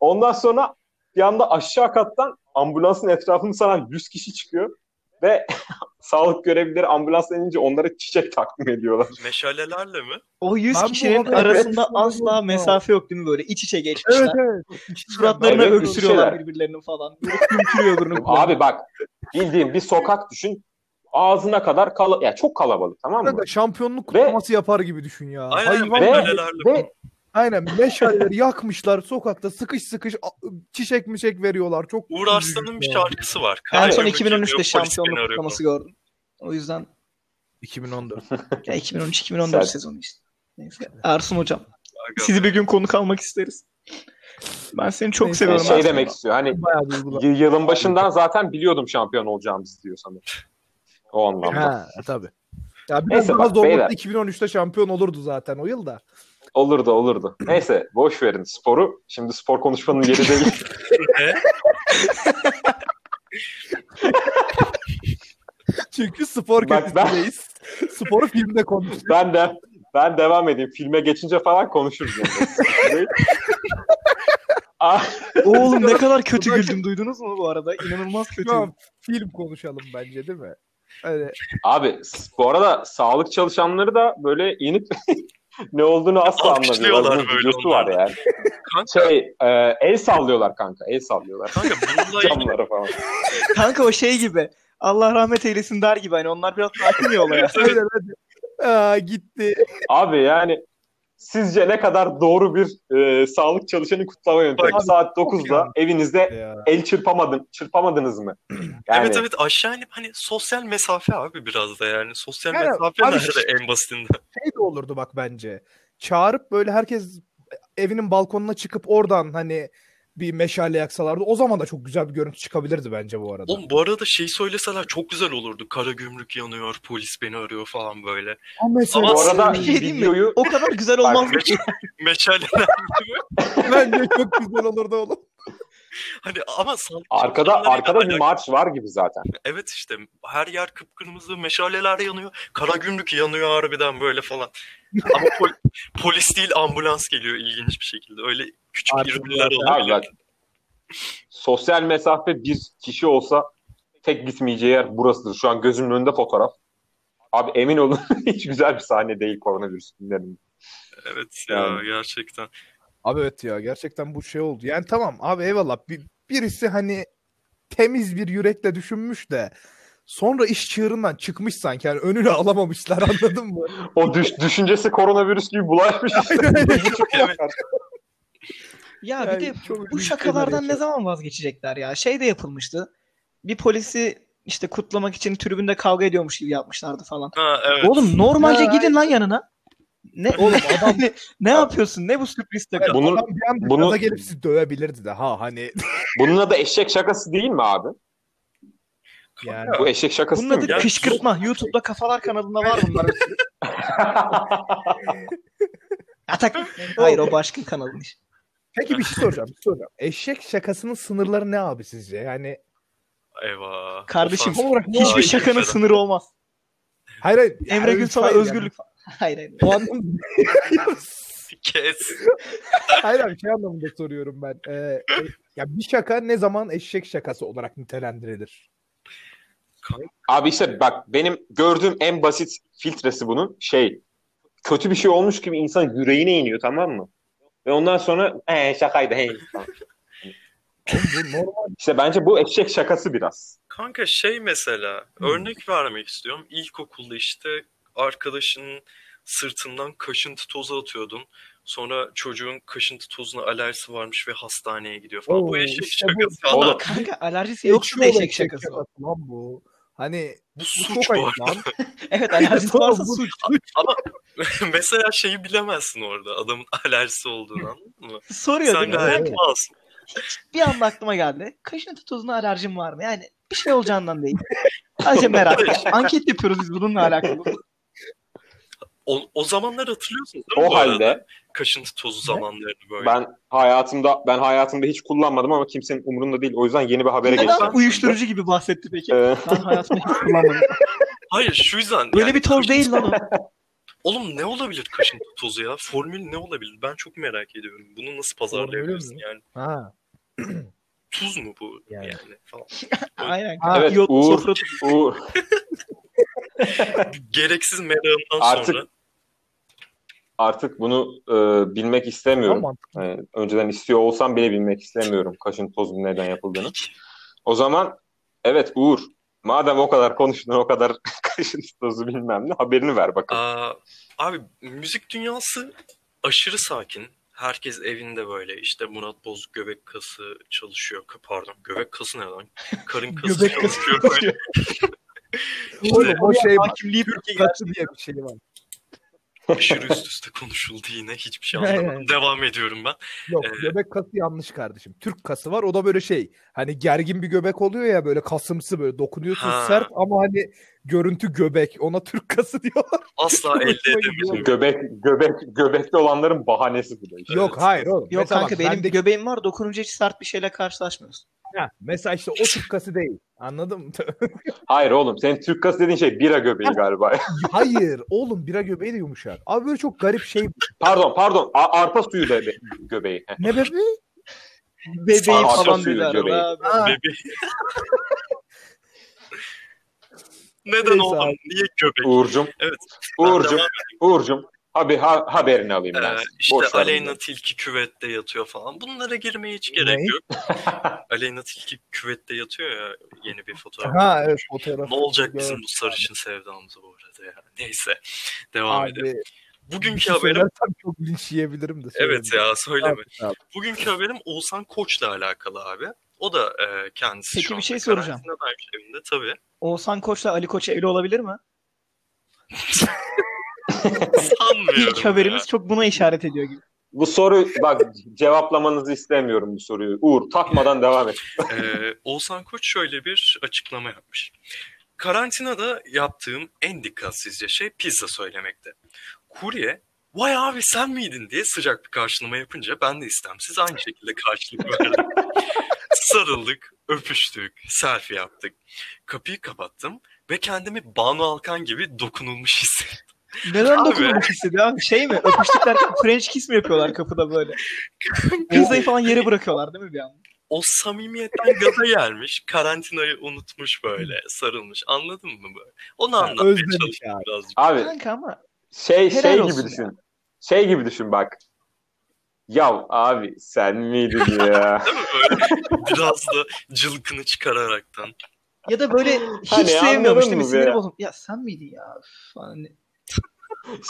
[SPEAKER 1] Ondan sonra bir anda aşağı kattan ambulansın etrafını saran 100 kişi çıkıyor ve sağlık görevlileri ambulansla inince onlara çiçek takdim ediyorlar.
[SPEAKER 3] Meşalelerle mi?
[SPEAKER 2] O 100
[SPEAKER 4] Ben bu
[SPEAKER 2] kişinin
[SPEAKER 4] haberi
[SPEAKER 2] arasında
[SPEAKER 4] düşünüyorum
[SPEAKER 2] asla
[SPEAKER 4] ya.
[SPEAKER 2] mesafe yok değil mi böyle? İç içe geçmişler.
[SPEAKER 4] Evet evet.
[SPEAKER 2] Suratlarına
[SPEAKER 1] Evet,
[SPEAKER 2] öksürüyorlar
[SPEAKER 1] bir şey
[SPEAKER 2] birbirlerini falan. Böyle kümkürüyor burnu kulağına.
[SPEAKER 1] Abi bak bildiğin bir sokak düşün ağzına kadar kala ya çok kalabalık tamam mı?
[SPEAKER 4] Kanka şampiyonluk kutlaması yapar gibi düşün ya.
[SPEAKER 3] Aynen,
[SPEAKER 4] Hayvan
[SPEAKER 1] Ve,
[SPEAKER 4] gibi.
[SPEAKER 3] Meşalelerle
[SPEAKER 1] ve
[SPEAKER 4] Aynen meşaleleri yakmışlar sokakta sıkış sıkış a- çiçek mişek veriyorlar. Çok
[SPEAKER 3] Uğur Arslan'ın bir
[SPEAKER 4] üzücü şey. ya.
[SPEAKER 3] şarkısı var.
[SPEAKER 2] En son
[SPEAKER 3] Karagümrük
[SPEAKER 1] şey
[SPEAKER 2] 2013'te
[SPEAKER 3] geliyor, polis beni
[SPEAKER 2] şampiyonluk
[SPEAKER 3] arıyor.
[SPEAKER 2] kutlaması gördüm. O yüzden
[SPEAKER 4] 2014.
[SPEAKER 2] ya 2013-2014
[SPEAKER 1] Güzel.
[SPEAKER 2] sezonu işte. Neyse. Ersun hocam.
[SPEAKER 3] Aga.
[SPEAKER 2] Sizi bir gün konuk almak isteriz. Ben seni çok
[SPEAKER 4] Neyse,
[SPEAKER 2] seviyorum.
[SPEAKER 1] şey
[SPEAKER 2] Ersun
[SPEAKER 1] demek
[SPEAKER 2] hocam.
[SPEAKER 1] istiyor hani
[SPEAKER 4] Bayağı duygulu.
[SPEAKER 1] Y- Yılın başından zaten biliyordum şampiyon olacağımızı diyor sanırım. O anlamda.
[SPEAKER 4] Ha tabii. Ya biraz
[SPEAKER 1] Neyse
[SPEAKER 4] daha
[SPEAKER 1] bak,
[SPEAKER 4] zorlasa
[SPEAKER 1] beyler.
[SPEAKER 4] 2013'te şampiyon olurdu zaten o yıl da.
[SPEAKER 1] Olurdu olurdu. Neyse boş verin sporu. Şimdi spor konuşmanın yeri değil.
[SPEAKER 4] Çünkü spor
[SPEAKER 1] Bak, ben-
[SPEAKER 4] köşesindeyiz. Sporu filmde konuştuk.
[SPEAKER 1] ben de ben devam edeyim. Filme geçince falan konuşuruz. yani. Ah,
[SPEAKER 2] Oğlum ne kadar kötü güldüm duydunuz mu bu arada? İnanılmaz kötü.
[SPEAKER 4] Tamam, film konuşalım bence değil mi? Öyle.
[SPEAKER 1] Abi bu arada sağlık çalışanları da böyle inip ne olduğunu asla
[SPEAKER 3] Alkışlıyorlar
[SPEAKER 1] anlamıyorlar. Bunun
[SPEAKER 3] böyle
[SPEAKER 1] videosu var
[SPEAKER 3] onlar.
[SPEAKER 1] yani.
[SPEAKER 3] Kanka,
[SPEAKER 1] Şey e, el sallıyorlar kanka. El sallıyorlar.
[SPEAKER 3] kanka bununla ilgili
[SPEAKER 1] Camlara falan.
[SPEAKER 2] Kanka o şey gibi. Allah rahmet eylesin der gibi. Hani onlar biraz sakin ya olaya.
[SPEAKER 4] Öyle hadi. Aa, gitti.
[SPEAKER 1] Abi yani sizce ne kadar doğru bir e, sağlık çalışanı kutlama yöntemi?
[SPEAKER 4] Bak,
[SPEAKER 1] Saat 9'da
[SPEAKER 4] yani.
[SPEAKER 1] evinizde el çırpamadın, çırpamadınız mı? Yani
[SPEAKER 3] Evet evet aşağı inip hani sosyal mesafe abi biraz da yani. Sosyal
[SPEAKER 4] Yani
[SPEAKER 3] mesafe
[SPEAKER 4] abi-
[SPEAKER 3] nerede en basitinde?
[SPEAKER 4] Şey de olurdu bak bence. Çağırıp böyle herkes evinin balkonuna çıkıp oradan hani bir meşale yaksalardı. O zaman da çok güzel bir görüntü çıkabilirdi bence bu arada.
[SPEAKER 3] Oğlum bu arada şey söyleseler çok güzel olurdu. Kara gümrük yanıyor, polis beni arıyor falan böyle.
[SPEAKER 4] Ama mesela
[SPEAKER 1] bu arada
[SPEAKER 2] Bir şey diyeyim mi?
[SPEAKER 1] videoyu
[SPEAKER 2] O kadar güzel olmaz.
[SPEAKER 1] Bak,
[SPEAKER 3] Meşaleler gibi.
[SPEAKER 4] bence çok güzel olurdu oğlum.
[SPEAKER 3] Hani ama sağlık
[SPEAKER 1] arkada
[SPEAKER 3] çalışanlarıyla
[SPEAKER 1] arkada bir
[SPEAKER 3] alakalı.
[SPEAKER 1] marş var gibi zaten.
[SPEAKER 3] Evet işte her yer kıpkırmızı, meşaleler yanıyor. Kara gümrük yanıyor harbiden böyle falan. Ama pol- polis değil ambulans geliyor ilginç bir şekilde. Öyle küçük
[SPEAKER 4] Abi,
[SPEAKER 3] ironiler
[SPEAKER 1] Abi
[SPEAKER 3] oluyor.
[SPEAKER 1] bak, sosyal mesafe bir kişi olsa tek gitmeyeceği yer burasıdır. Şu an gözümün önünde fotoğraf. Abi emin olun hiç güzel bir sahne değil koronavirüs günlerinde.
[SPEAKER 3] Evet ya
[SPEAKER 1] Yani.
[SPEAKER 3] gerçekten.
[SPEAKER 4] Abi evet ya gerçekten bu şey oldu. Yani tamam abi eyvallah bir, birisi hani temiz bir yürekle düşünmüş de sonra iş çığırından çıkmış sanki yani önünü alamamışlar anladın mı?
[SPEAKER 1] O düş- düşüncesi koronavirüs gibi bulaşmış. Bu çok
[SPEAKER 3] Evet.
[SPEAKER 1] yakar.
[SPEAKER 2] Ya
[SPEAKER 4] Yani
[SPEAKER 2] bir de
[SPEAKER 4] çok
[SPEAKER 2] bu
[SPEAKER 4] ilginç şeyler
[SPEAKER 2] şakalardan ne
[SPEAKER 4] yaşıyor.
[SPEAKER 2] zaman vazgeçecekler ya? Şey de yapılmıştı. Bir polisi işte kutlamak için tribünde kavga ediyormuş gibi yapmışlardı falan.
[SPEAKER 3] Ha evet.
[SPEAKER 2] Oğlum normalce
[SPEAKER 4] Ha,
[SPEAKER 2] gidin lan yanına. Ne
[SPEAKER 4] Oğlum adam
[SPEAKER 2] ne, ne yapıyorsun? Ne bu sürpriz takı?
[SPEAKER 1] Bunun-
[SPEAKER 4] adam bir anda
[SPEAKER 1] bunu-
[SPEAKER 4] gaza gelip sizi dövebilirdi de ha hani
[SPEAKER 1] Bununla da eşek şakası değil mi abi?
[SPEAKER 4] yani
[SPEAKER 1] Bu eşek şakası
[SPEAKER 2] Bunun adı
[SPEAKER 1] değil mi?
[SPEAKER 2] kışkırtma. YouTube'da kafalar kanalında var bunlar. Atak. Hayır o başka kanalın işi.
[SPEAKER 4] Peki bir şey soracağım. Bir şey soracağım. Eşek şakasının sınırları ne abi sizce? Yani
[SPEAKER 3] Eyvah.
[SPEAKER 2] Kardeşim,
[SPEAKER 3] Ofans-
[SPEAKER 4] tam olarak ne
[SPEAKER 2] Hiçbir
[SPEAKER 3] Ay,
[SPEAKER 2] şakanın
[SPEAKER 3] güzel.
[SPEAKER 2] sınırı olmaz.
[SPEAKER 4] Hayır hayır.
[SPEAKER 5] Emre Gül sana
[SPEAKER 4] hayır
[SPEAKER 5] özgürlük
[SPEAKER 2] Hayır hayır.
[SPEAKER 4] Yani. O anlam-
[SPEAKER 3] Kes.
[SPEAKER 4] hayır abi şey anlamında soruyorum ben. Ee, e, ya bir şaka ne zaman eşek şakası olarak nitelendirilir?
[SPEAKER 1] Abi işte bak benim gördüğüm en basit filtresi bunun şey kötü bir şey olmuş gibi insan yüreğine iniyor tamam mı? Ve ondan sonra ee şakaydı hey.
[SPEAKER 4] Oğlum bu normal.
[SPEAKER 1] İşte bence bu eşek şakası biraz.
[SPEAKER 3] Kanka şey mesela örnek vermek istiyorum. İlkokulda işte arkadaşının sırtından kaşıntı tozu atıyordun. Sonra çocuğun kaşıntı tozuna alerjisi varmış ve hastaneye gidiyor falan.
[SPEAKER 4] Oo,
[SPEAKER 3] bu eşek
[SPEAKER 4] işte
[SPEAKER 3] şakası
[SPEAKER 4] bu.
[SPEAKER 3] falan.
[SPEAKER 1] Oğlum.
[SPEAKER 2] Kanka alerjisi yoksa da
[SPEAKER 4] Eşek
[SPEAKER 2] eşek şakası o.
[SPEAKER 4] Lan bu. Hani
[SPEAKER 3] Bu
[SPEAKER 4] bu
[SPEAKER 3] suç
[SPEAKER 4] çok
[SPEAKER 3] bu
[SPEAKER 4] ayıp
[SPEAKER 3] arada.
[SPEAKER 4] lan.
[SPEAKER 2] Evet alerjisi
[SPEAKER 4] Tamam,
[SPEAKER 2] varsa
[SPEAKER 4] bu-
[SPEAKER 2] suç.
[SPEAKER 3] mesela şeyi bilemezsin orada adamın alerjisi olduğunu anladın mı?
[SPEAKER 2] Soruyor
[SPEAKER 3] Sen
[SPEAKER 2] değil mi?
[SPEAKER 3] gayet
[SPEAKER 2] Kanka,
[SPEAKER 3] masum.
[SPEAKER 2] bir anda aklıma geldi. Kaşıntı tozuna alerjim var mı? Yani bir şey olacağından değil. Sadece merak. Anket yapıyoruz biz bununla alakalı.
[SPEAKER 3] O, o zamanlar hatırlıyorsunuz değil mi
[SPEAKER 1] O
[SPEAKER 3] bu arada?
[SPEAKER 1] halde
[SPEAKER 3] Kaşıntı tozu zamanlarını böyle.
[SPEAKER 1] ben hayatımda ben hayatımda hiç kullanmadım ama kimsenin umurunda değil. O yüzden yeni bir habere geçeceğim.
[SPEAKER 2] Neden uyuşturucu gibi bahsetti peki?
[SPEAKER 1] Ee,
[SPEAKER 2] Ben hayatımda hiç kullanmadım.
[SPEAKER 3] Hayır şu yüzden.
[SPEAKER 2] Böyle
[SPEAKER 3] yani
[SPEAKER 2] bir toz değil lan o.
[SPEAKER 3] Oğlum ne olabilir kaşıntı tozu ya? Formül ne olabilir? Ben çok merak ediyorum. Bunu nasıl pazarlayabilirsin yani?
[SPEAKER 4] Ha.
[SPEAKER 3] Tuz mu bu
[SPEAKER 4] Yani.
[SPEAKER 3] yani, falan.
[SPEAKER 2] Aynen.
[SPEAKER 4] Ha,
[SPEAKER 1] evet
[SPEAKER 2] Yol-
[SPEAKER 1] Uğur,
[SPEAKER 2] sofra-
[SPEAKER 1] Uğur
[SPEAKER 3] Gereksiz merakından
[SPEAKER 1] Artık-
[SPEAKER 3] sonra
[SPEAKER 1] artık bunu e, bilmek istemiyorum.
[SPEAKER 4] Tamam.
[SPEAKER 1] Yani önceden istiyor olsam bile bilmek istemiyorum kaşın tozun neden yapıldığını. O zaman evet Uğur madem o kadar konuştun o kadar kaşın tozu bilmem ne haberini ver bakalım.
[SPEAKER 3] Aa, abi müzik dünyası aşırı sakin. Herkes evinde böyle işte Murat Bozuk göbek kası çalışıyor. Ka- Pardon göbek kası ne lan? Karın kası
[SPEAKER 4] Göbek kası
[SPEAKER 3] çalışıyor.
[SPEAKER 4] Oğlum o şey var.
[SPEAKER 2] Hakimliği
[SPEAKER 4] Kaçı diye bir şey var.
[SPEAKER 3] aşırı üst üste konuşuldu yine. Hiçbir şey anlamadım.
[SPEAKER 4] Aynen.
[SPEAKER 3] Devam ediyorum ben.
[SPEAKER 4] Yok
[SPEAKER 3] Ee,
[SPEAKER 4] göbek kası yanlış kardeşim. Türk kası var o da böyle şey. Hani gergin bir göbek oluyor ya böyle kasımsı böyle dokunuyorsun
[SPEAKER 3] Ha.
[SPEAKER 4] sert ama hani görüntü göbek. Ona Türk kası diyorlar.
[SPEAKER 3] Asla
[SPEAKER 4] Hoşuma
[SPEAKER 3] elde
[SPEAKER 4] gidiyor.
[SPEAKER 3] edemedim.
[SPEAKER 1] Göbek göbek göbekli olanların bahanesi bu da işte.
[SPEAKER 4] Yok hayır oğlum.
[SPEAKER 2] Yok
[SPEAKER 4] Mesela
[SPEAKER 2] kanka
[SPEAKER 4] bak,
[SPEAKER 2] benim
[SPEAKER 4] bendeki-
[SPEAKER 2] göbeğim var dokununca hiç sert bir şeyle karşılaşmıyorsun.
[SPEAKER 4] Ha, mesela işte o Türk kası değil. Anladın mı?
[SPEAKER 1] Hayır oğlum senin Türk kası dediğin şey bira göbeği galiba.
[SPEAKER 4] Hayır oğlum bira göbeği de yumuşak. Abi böyle çok garip şey.
[SPEAKER 1] pardon pardon A- arpa suyu da göbeği. Heh.
[SPEAKER 4] Ne bebeği?
[SPEAKER 2] Bebeği
[SPEAKER 1] Sarhoş
[SPEAKER 2] falan
[SPEAKER 1] suyu
[SPEAKER 2] dedi
[SPEAKER 1] göbeği.
[SPEAKER 2] arada.
[SPEAKER 4] Ha,
[SPEAKER 3] Bebeğim. Neden
[SPEAKER 4] Neyse
[SPEAKER 3] oğlum?
[SPEAKER 4] abi.
[SPEAKER 3] Niye göbek?
[SPEAKER 1] Uğurcum.
[SPEAKER 3] Evet.
[SPEAKER 1] Uğurcum. Uğurcum. Habi ha- haberini alayım ben.
[SPEAKER 3] Ee,
[SPEAKER 1] senin.
[SPEAKER 3] işte
[SPEAKER 1] Boş ver
[SPEAKER 3] Aleyna Tilki küvette yatıyor falan. Bunlara girmeye hiç gerek
[SPEAKER 4] Ne?
[SPEAKER 3] yok. Aleyna Tilki küvette yatıyor ya yeni bir fotoğraf.
[SPEAKER 4] ha evet fotoğraf.
[SPEAKER 3] ne olacak bizim bu sarışın sevdamız bu arada ya. Neyse. Devam edelim.
[SPEAKER 4] Abi, bir
[SPEAKER 3] Bugünkü
[SPEAKER 4] şey
[SPEAKER 3] haberim
[SPEAKER 4] söylersem çok linç yiyebilirim de.
[SPEAKER 3] Evet
[SPEAKER 4] söylemeyeyim.
[SPEAKER 3] ya söyleme.
[SPEAKER 4] Abi,
[SPEAKER 3] Bugünkü haberim Oğuzhan Koç'la alakalı abi. O da e, kendisi
[SPEAKER 2] Peki
[SPEAKER 3] şu
[SPEAKER 2] bir şey
[SPEAKER 3] anda
[SPEAKER 2] soracağım.
[SPEAKER 3] karantinadaymış evinde tabii.
[SPEAKER 2] Oğuzhan Koç'la Ali Koç evli olabilir mi?
[SPEAKER 3] Sanmıyorum.
[SPEAKER 2] İlk haberimiz çok buna işaret ediyor gibi.
[SPEAKER 1] Bu soru bak cevaplamanızı istemiyorum bu soruyu. Uğur takmadan devam et.
[SPEAKER 3] Ee, Oğuzhan Koç şöyle bir açıklama yapmış. Karantinada yaptığım en dikkatsizce şey pizza söylemekti. Kurye, vay abi sen miydin diye sıcak bir karşılama yapınca ben de istemsiz aynı şekilde karşılık verdim. Sarıldık, öpüştük, selfie yaptık. Kapıyı kapattım ve kendimi Banu Alkan gibi dokunulmuş hissettim.
[SPEAKER 2] Neden
[SPEAKER 3] Abi.
[SPEAKER 2] dokunulmuş hissediyor abi? Şey mi? Öpüştükler French kiss mi yapıyorlar kapıda böyle? Pizzayı falan yere bırakıyorlar değil mi bir anda?
[SPEAKER 3] O samimiyetten gaza gelmiş, karantinayı unutmuş böyle, sarılmış. Anladın mı böyle? Onu
[SPEAKER 4] Ha,
[SPEAKER 3] anlatmaya
[SPEAKER 4] özlemiş
[SPEAKER 3] çalıştım
[SPEAKER 4] yani.
[SPEAKER 3] birazcık.
[SPEAKER 1] Abi
[SPEAKER 2] Kanka ama
[SPEAKER 1] şey
[SPEAKER 2] Helal
[SPEAKER 1] şey
[SPEAKER 2] olsun
[SPEAKER 1] gibi düşün. Şey gibi düşün bak. Ya abi sen miydin ya?
[SPEAKER 3] Değil mi böyle? Biraz da cılkını çıkararaktan.
[SPEAKER 2] ya da böyle hiç
[SPEAKER 1] Hani
[SPEAKER 2] sevmiyormuş
[SPEAKER 1] anladın
[SPEAKER 2] değil mi?
[SPEAKER 1] mı
[SPEAKER 2] Siniri
[SPEAKER 1] be?
[SPEAKER 2] bozulmuş. Ya sen miydin ya? Üf, hani, Falan. ne-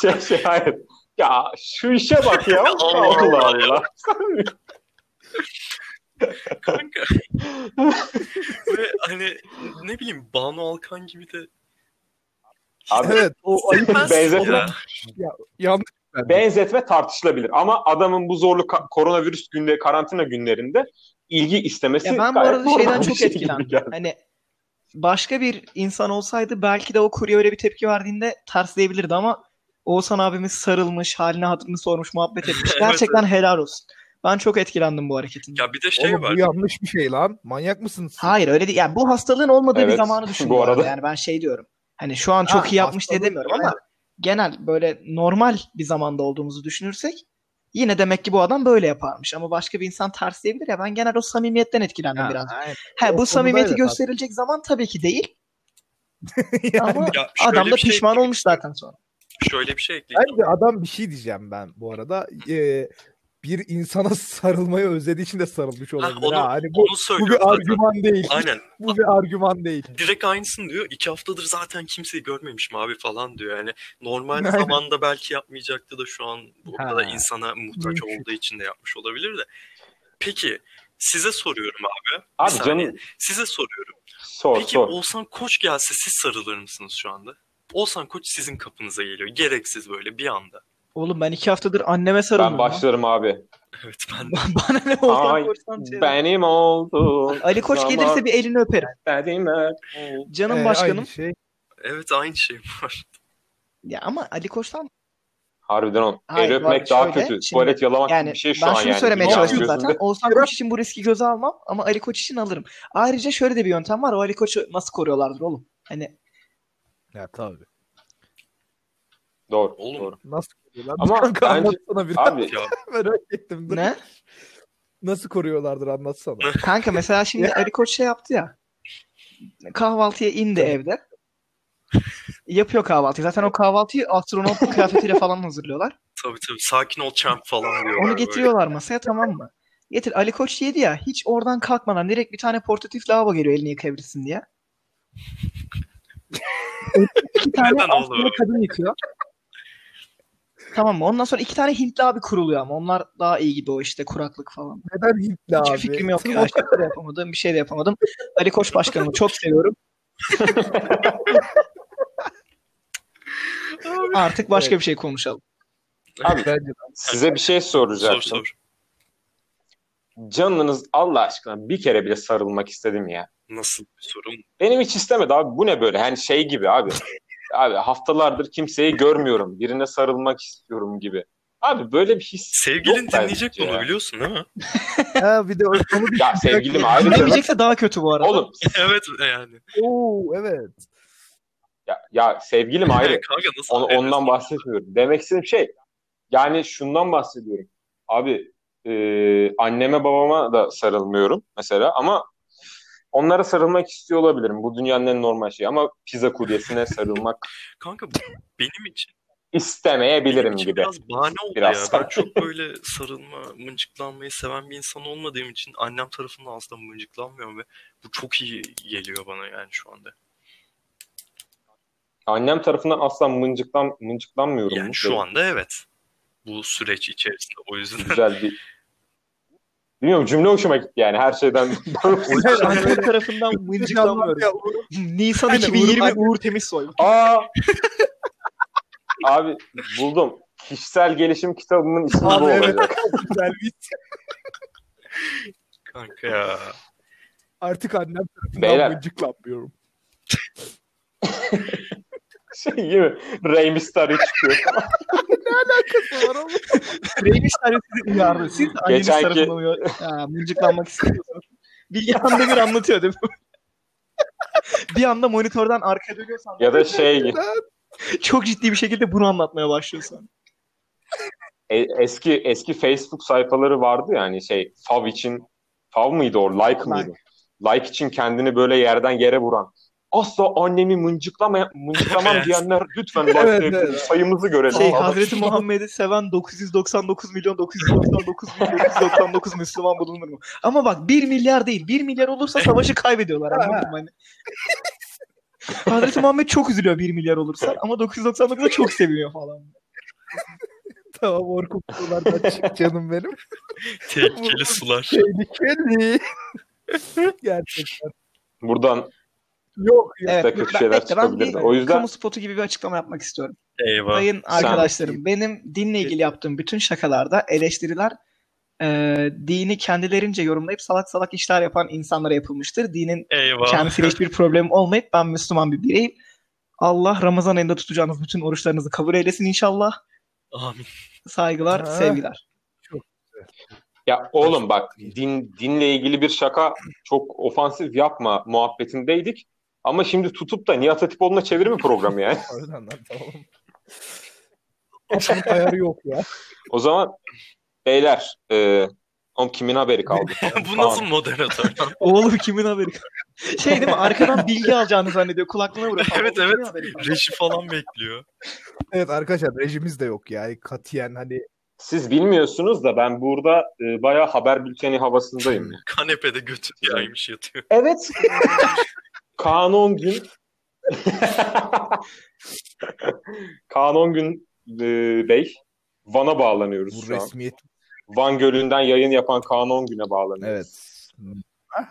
[SPEAKER 1] şey şey hayır. Ya şu işe bak ya.
[SPEAKER 3] Allah
[SPEAKER 1] Allah
[SPEAKER 3] Allah.
[SPEAKER 1] Allah.
[SPEAKER 3] Kanka. Ve hani ne bileyim Banu Alkan gibi de
[SPEAKER 1] Abi
[SPEAKER 4] Evet o ayıp
[SPEAKER 3] Hissetmez
[SPEAKER 1] benzetme.
[SPEAKER 3] ya.
[SPEAKER 4] yanlış. şey.
[SPEAKER 1] benzetme tartışılabilir ama adamın bu zorlu ka- koronavirüs günde karantina günlerinde ilgi istemesi
[SPEAKER 2] Ya ben bu
[SPEAKER 1] gayet
[SPEAKER 2] arada
[SPEAKER 1] normal
[SPEAKER 2] şeyden
[SPEAKER 1] bir
[SPEAKER 2] çok
[SPEAKER 1] şey gibi
[SPEAKER 2] etkilendim.
[SPEAKER 1] geldi.
[SPEAKER 2] Hani başka bir insan olsaydı belki de o kurye öyle bir tepki verdiğinde tersleyebilirdi ama Oğuzhan abimiz sarılmış, halini hatırını sormuş, muhabbet etmiş.
[SPEAKER 3] Evet,
[SPEAKER 2] Gerçekten helal olsun. Ben çok etkilendim bu hareketin.
[SPEAKER 3] ya bir de şey
[SPEAKER 4] Oğlum
[SPEAKER 3] var.
[SPEAKER 4] bu yanlış bir şey lan. Manyak mısınız?
[SPEAKER 2] Hayır öyle değil. Yani bu hastalığın olmadığı bir
[SPEAKER 1] Evet,
[SPEAKER 2] zamanı düşün.
[SPEAKER 1] bu
[SPEAKER 2] bu arada.
[SPEAKER 1] arada.
[SPEAKER 2] Yani ben şey diyorum. Hani şu an çok
[SPEAKER 4] Ha,
[SPEAKER 2] iyi yapmış diye
[SPEAKER 4] hastalığı
[SPEAKER 2] demiyorum ama genel böyle normal bir zamanda olduğumuzu düşünürsek yine demek ki bu adam böyle yaparmış. Ama başka bir insan ters diyebilir ya. Ben genel o samimiyetten etkilendim
[SPEAKER 4] Ha,
[SPEAKER 2] biraz.
[SPEAKER 4] aynen.
[SPEAKER 2] He,
[SPEAKER 4] O konuda
[SPEAKER 2] bu samimiyeti
[SPEAKER 4] evet abi.
[SPEAKER 2] gösterilecek zaman tabii ki değil. Ama
[SPEAKER 3] Ya şöyle
[SPEAKER 2] adam da
[SPEAKER 3] bir şey-
[SPEAKER 2] pişman olmuş zaten sonra.
[SPEAKER 3] Şöyle bir şey ekleyeyim.
[SPEAKER 4] Bence adam bir şey diyeceğim ben bu arada. Ee, bir insana sarılmayı özlediği için de sarılmış olabilir.
[SPEAKER 3] onu-
[SPEAKER 4] ha. Hani bu,
[SPEAKER 3] Onu
[SPEAKER 4] bu bir
[SPEAKER 3] söylüyorum zaten.
[SPEAKER 4] argüman değil.
[SPEAKER 3] Aynen.
[SPEAKER 4] Bu bir argüman değil.
[SPEAKER 3] Direkt aynısını diyor. İki haftadır zaten kimseyi görmemişim abi falan diyor. Yani normal
[SPEAKER 4] Aynen.
[SPEAKER 3] zamanda belki yapmayacaktı da şu an bu
[SPEAKER 4] Ha.
[SPEAKER 3] kadar insana muhtaç
[SPEAKER 4] Mümkün.
[SPEAKER 3] olduğu için de yapmış olabilir de. Peki size soruyorum abi.
[SPEAKER 1] Abi
[SPEAKER 3] saniye.
[SPEAKER 1] canım
[SPEAKER 3] Size soruyorum.
[SPEAKER 1] sor
[SPEAKER 3] Peki
[SPEAKER 1] sor.
[SPEAKER 3] Oğuzhan Koç gelse siz sarılır mısınız şu anda? Oğuzhan Koç sizin kapınıza geliyor. Gereksiz böyle bir anda.
[SPEAKER 2] Oğlum ben iki haftadır anneme sarıldım.
[SPEAKER 1] Ben başlarım abi.
[SPEAKER 3] Evet ben
[SPEAKER 2] Bana ne Oğuzhan
[SPEAKER 1] Ay,
[SPEAKER 2] Koç'tan şey-
[SPEAKER 1] Benim oldu.
[SPEAKER 2] Ali Koç
[SPEAKER 1] Zaman
[SPEAKER 2] gelirse bir elini öperim.
[SPEAKER 1] dedim ben.
[SPEAKER 2] Canım
[SPEAKER 4] Ee,
[SPEAKER 2] başkanım.
[SPEAKER 4] aynı şey.
[SPEAKER 3] Evet aynı şey var.
[SPEAKER 2] Ya ama Ali Koç'tan
[SPEAKER 1] Harbiden on.
[SPEAKER 2] Hayır,
[SPEAKER 1] El öpmek
[SPEAKER 2] bak
[SPEAKER 1] daha
[SPEAKER 2] şöyle,
[SPEAKER 1] kötü.
[SPEAKER 2] şimdi-
[SPEAKER 1] Tuvalet yalamak gibi
[SPEAKER 2] yani
[SPEAKER 1] bir şey şu
[SPEAKER 2] ben
[SPEAKER 1] an
[SPEAKER 2] şunu
[SPEAKER 1] yani.
[SPEAKER 2] söylemeye
[SPEAKER 1] Dünya
[SPEAKER 2] çalıştım
[SPEAKER 1] gözünde-
[SPEAKER 2] zaten. Oğuzhan Koç için bu riski göze almam ama Ali Koç için alırım. Ayrıca şöyle de bir yöntem var. O Ali Koç'u nasıl koruyorlardır oğlum? Hani
[SPEAKER 4] Ya tabii.
[SPEAKER 1] Doğru.
[SPEAKER 3] Oğlum.
[SPEAKER 1] Doğru.
[SPEAKER 4] Nasıl koruyorlar?
[SPEAKER 1] Ama
[SPEAKER 4] Kanka
[SPEAKER 1] bence-
[SPEAKER 4] anlatsana biraz.
[SPEAKER 1] Abi
[SPEAKER 3] Ya
[SPEAKER 4] Merak ettim. Dur.
[SPEAKER 2] ne?
[SPEAKER 4] Nasıl koruyorlardır anlatsana.
[SPEAKER 2] Kanka mesela şimdi Ali Koç şey yaptı ya. Kahvaltıya indi evde. Yapıyor kahvaltıyı. Zaten o kahvaltıyı astronot kıyafetiyle falan hazırlıyorlar.
[SPEAKER 3] tabii tabii sakin ol champ falan diyorlar.
[SPEAKER 2] Onu
[SPEAKER 3] böyle.
[SPEAKER 2] getiriyorlar masaya tamam mı? Getir Ali Koç yedi ya hiç oradan kalkmadan direkt bir tane portatif lavabo geliyor elini yıkayabilirsin diye. iki tane
[SPEAKER 3] Neden oldu?
[SPEAKER 2] Asyalı kadın yıkıyor. tamam mı? Ondan sonra iki tane Hintli abi kuruluyor ama onlar daha iyi gibi o işte kuraklık falan.
[SPEAKER 4] Neden Hintli
[SPEAKER 2] Hiçbir
[SPEAKER 4] abi?
[SPEAKER 2] fikrim yok ya. Şaka da yapamadım, bir şey de yapamadım. Ali Koç Başkanımı çok seviyorum. Artık başka bir şey konuşalım.
[SPEAKER 1] Abi.
[SPEAKER 4] Bence de.
[SPEAKER 1] size bir şey
[SPEAKER 3] Sor
[SPEAKER 1] soracaktım.
[SPEAKER 3] sor.
[SPEAKER 1] Canınız Allah aşkına bir kere bile sarılmak istedim ya.
[SPEAKER 3] Nasıl bir sorun?
[SPEAKER 1] Benim hiç istemedi abi. Bu ne böyle? Hani şey gibi abi. abi haftalardır kimseyi görmüyorum. Birine sarılmak istiyorum gibi. Abi böyle bir his
[SPEAKER 3] Sevgilin
[SPEAKER 1] yok
[SPEAKER 3] dinleyecek
[SPEAKER 1] bence
[SPEAKER 3] bunu
[SPEAKER 1] ya.
[SPEAKER 3] biliyorsun değil mi?
[SPEAKER 4] Ha, bir de onu bir
[SPEAKER 1] Ya sevgilim ayrıca
[SPEAKER 2] Dinlemeyecekse daha kötü bu arada.
[SPEAKER 1] oğlum
[SPEAKER 3] evet yani.
[SPEAKER 4] Oo, evet.
[SPEAKER 1] ya, ya sevgilim ayrı.
[SPEAKER 3] Kanka nasıl?
[SPEAKER 1] On- ondan bahsetmiyorum. Demek istediğim şey yani şundan bahsediyorum. Abi e, anneme babama da sarılmıyorum mesela ama onlara sarılmak istiyor olabilirim. Bu dünyanın en normal şeyi ama pizza kuryesine sarılmak
[SPEAKER 3] Kanka bu benim için
[SPEAKER 1] istemeyebilirim
[SPEAKER 3] benim için
[SPEAKER 1] gibi.
[SPEAKER 3] biraz bahane oldu
[SPEAKER 1] Biraz.
[SPEAKER 3] ya. Ben çok böyle sarılma, mıncıklanmayı seven bir insan olmadığım için annem tarafından asla mıncıklanmıyorum ve bu çok iyi geliyor bana yani şu anda.
[SPEAKER 1] Annem tarafından asla mıncıklan mıncıklanmıyorum.
[SPEAKER 3] Yani şu anda evet. Bu süreç içerisinde o yüzden
[SPEAKER 1] Güzel bir Bilmiyorum cümle hoşuma gitti yani her şeyden.
[SPEAKER 2] Şu an bu tarafından mıncıklanmıyorum.
[SPEAKER 4] Ya,
[SPEAKER 2] Nisan
[SPEAKER 4] Aynen,
[SPEAKER 2] 2020
[SPEAKER 4] Uğur-
[SPEAKER 2] Uğur Temizsoy.
[SPEAKER 1] Aa! Abi buldum. Kişisel gelişim kitabımın ismi
[SPEAKER 4] Abi
[SPEAKER 1] bu
[SPEAKER 4] evet.
[SPEAKER 1] olacak.
[SPEAKER 4] güzel bir
[SPEAKER 3] kanka ya.
[SPEAKER 4] Artık annem tarafından
[SPEAKER 1] Beyler.
[SPEAKER 4] mıncıklanmıyorum.
[SPEAKER 1] Şey gibi Ray Mysterio çıkıyor.
[SPEAKER 2] Reymiş sizi uyardı. Siz de anneniz
[SPEAKER 1] Geçenki-
[SPEAKER 2] tarafından uyar- Ha, mıncıklanmak istiyorsunuz. Bir anda bir anlatıyor değil mi? bir anda monitörden arkaya dönüyorsan
[SPEAKER 1] ya da şey gibi,
[SPEAKER 2] çok ciddi bir şekilde bunu anlatmaya başlıyorsun.
[SPEAKER 1] e- eski eski Facebook sayfaları vardı ya hani şey fav için fav mıydı o like mıydı? Like için kendini böyle yerden yere vuran. Asla annemi mıncıklamaya, mıncıklamam
[SPEAKER 3] Evet.
[SPEAKER 1] diyenler lütfen like
[SPEAKER 4] Evet,
[SPEAKER 1] yapın,
[SPEAKER 4] evet.
[SPEAKER 1] sayımızı görelim.
[SPEAKER 2] Şey
[SPEAKER 1] Adam-
[SPEAKER 2] Hazreti Muhammed'i seven 999 milyon 999 999 Müslüman bulunur mu? Ama bak 1 milyar değil. 1 milyar olursa savaşı kaybediyorlar. Anladın mı? Hani. Hazreti Muhammed çok üzülüyor 1 milyar olursa ama 999'a çok seviyor falan.
[SPEAKER 4] Tamam Orkun buralardan çık canım benim.
[SPEAKER 3] Tehlikeli sular.
[SPEAKER 4] Tehlikeli. Gerçekten.
[SPEAKER 1] Buradan
[SPEAKER 4] Yok ya.
[SPEAKER 2] Evet,
[SPEAKER 1] Takır
[SPEAKER 2] ben-
[SPEAKER 1] şeyler
[SPEAKER 2] bekle, ben bir
[SPEAKER 1] çıkabilirdi. O yüzden-
[SPEAKER 2] kamu spotu gibi bir açıklama yapmak istiyorum.
[SPEAKER 3] Eyvah.
[SPEAKER 2] Sayın arkadaşlarım, benim dinle ilgili yaptığım bütün şakalarda eleştiriler e, dini kendilerince yorumlayıp salak salak işler yapan insanlara yapılmıştır. Dinin
[SPEAKER 3] Eyvah.
[SPEAKER 2] kendisiyle hiçbir problemi olmayıp ben Müslüman bir bireyim. Allah Ramazan ayında tutacağınız bütün oruçlarınızı kabul eylesin inşallah.
[SPEAKER 3] Amin.
[SPEAKER 2] Saygılar,
[SPEAKER 4] Ha.
[SPEAKER 2] sevgiler.
[SPEAKER 1] Ya oğlum bak din dinle ilgili bir şaka çok ofansif yapma muhabbetindeydik. Ama şimdi tutup da Nihat Hatipoğlu'na çevirme programı yani.
[SPEAKER 4] Harbiden lan tamam. Atılık ayarı yok ya.
[SPEAKER 1] O zaman beyler e, oğlum kimin haberi kaldı?
[SPEAKER 3] Bu nasıl moderatör?
[SPEAKER 2] Oğlum kimin haberi? şey değil mi? Arkadan bilgi alacağını zannediyor. Kulaklığına vuruyor.
[SPEAKER 3] Evet,
[SPEAKER 2] Oğlum, kimin
[SPEAKER 3] evet.
[SPEAKER 2] haberi kaldı?
[SPEAKER 3] Reji falan bekliyor.
[SPEAKER 4] Evet arkadaşlar rejimiz de yok yani katiyen hani
[SPEAKER 1] Siz bilmiyorsunuz da ben burada e, bayağı haber bülteni havasındayım. yani.
[SPEAKER 3] Kanepede götü yaymış yatıyor.
[SPEAKER 1] Evet. Kanon gün. Kanon gün e, bey. Van'a bağlanıyoruz
[SPEAKER 4] bu
[SPEAKER 1] şu an.
[SPEAKER 4] resmiyet.
[SPEAKER 1] Van Gölü'nden yayın yapan Kanon Gün'e bağlanıyoruz.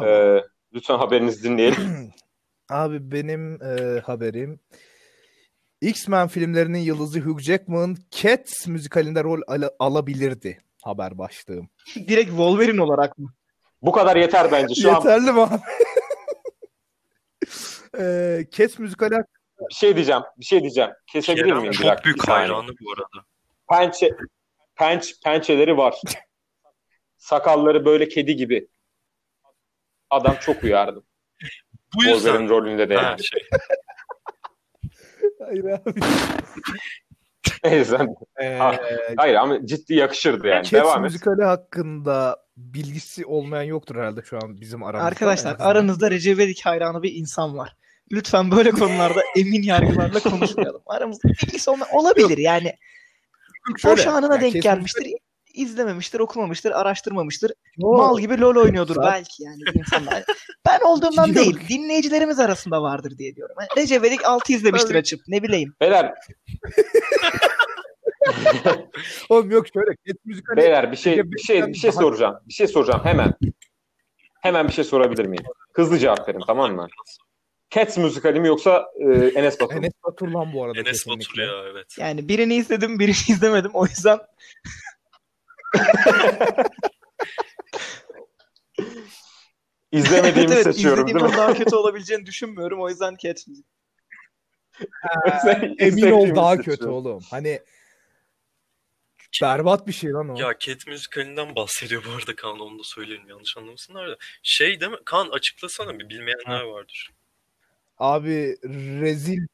[SPEAKER 4] Evet.
[SPEAKER 1] E, lütfen haberinizi dinleyelim.
[SPEAKER 4] Abi benim e, haberim X-Men filmlerinin yıldızı Hugh Jackman Cats müzikalinde rol ala- alabilirdi haber başlığım.
[SPEAKER 2] Direkt Wolverine olarak mı?
[SPEAKER 1] Bu kadar yeter bence. Şu an
[SPEAKER 4] Yeterli mi abi? e, Cats müzikali
[SPEAKER 1] bir şey diyeceğim. Bir şey diyeceğim. Kesebilir
[SPEAKER 3] Kerem
[SPEAKER 1] miyim? bir
[SPEAKER 3] çok
[SPEAKER 1] dakika,
[SPEAKER 3] büyük
[SPEAKER 1] bir saniye?
[SPEAKER 3] hayranı bu arada.
[SPEAKER 1] Pençe, penç, pençeleri var. Sakalları böyle kedi gibi. Adam çok uyardı.
[SPEAKER 3] Bu yüzden
[SPEAKER 1] Wolverine rolünde de
[SPEAKER 3] ha,
[SPEAKER 1] yani.
[SPEAKER 3] şey,
[SPEAKER 4] Hayır abi.
[SPEAKER 1] Neyse.
[SPEAKER 4] Ee,
[SPEAKER 1] Ah, Hayır ama ciddi yakışırdı yani.
[SPEAKER 4] Cats
[SPEAKER 1] Devam et.
[SPEAKER 4] müzikali hakkında bilgisi olmayan yoktur herhalde şu an bizim aramızda.
[SPEAKER 2] Arkadaşlar
[SPEAKER 4] En azından.
[SPEAKER 2] aranızda Recep İvedik hayranı bir insan var. Lütfen böyle konularda emin yargılarla konuşmayalım. Aramızda bilgisi olma- olabilir yani.
[SPEAKER 4] Şöyle,
[SPEAKER 2] Boş anına
[SPEAKER 4] yani
[SPEAKER 2] denk
[SPEAKER 4] Cats
[SPEAKER 2] gelmiştir. izlememiştir, okumamıştır, araştırmamıştır.
[SPEAKER 4] Yo,
[SPEAKER 2] Mal gibi LoL oynuyordur
[SPEAKER 4] Saat-
[SPEAKER 2] belki yani bir insanlar. Ben olduğumdan
[SPEAKER 4] Yok.
[SPEAKER 2] değil, dinleyicilerimiz arasında vardır diye diyorum. Yani Recep İvedik 6 izlemiştir
[SPEAKER 4] Tabii.
[SPEAKER 2] açıp ne bileyim.
[SPEAKER 1] Beyler,
[SPEAKER 4] Oğlum yok şöyle Cats müzikali
[SPEAKER 1] beyler bir şey bir şey bir şey soracağım. Bir şey soracağım hemen. Hemen bir şey sorabilir miyim? Hızlı cevap verin tamam mı? Cats müzikali mi yoksa e, Enes Batur mu?
[SPEAKER 4] Enes Batur lan bu arada
[SPEAKER 3] Enes
[SPEAKER 4] kesinlikle.
[SPEAKER 3] Batur ya evet.
[SPEAKER 2] Yani birini izledim, birini izlemedim. O yüzden
[SPEAKER 1] İzlemediğimi
[SPEAKER 2] evet,
[SPEAKER 1] seçiyorum değil mi?
[SPEAKER 2] izlediğimden daha kötü olabileceğini düşünmüyorum. O yüzden Cats müzik.
[SPEAKER 4] Emin ol
[SPEAKER 1] İzlediğimi
[SPEAKER 4] daha
[SPEAKER 1] seçiyorum.
[SPEAKER 4] kötü oğlum. Hani berbat bir şey lan o.
[SPEAKER 3] Ya Cat müzikalinden bahsediyor bu arada Kaan onu da söyleyelim yanlış anlamasınlar da. Şey deme Kaan açıklasana bir bilmeyenler vardır.
[SPEAKER 4] Abi rezil.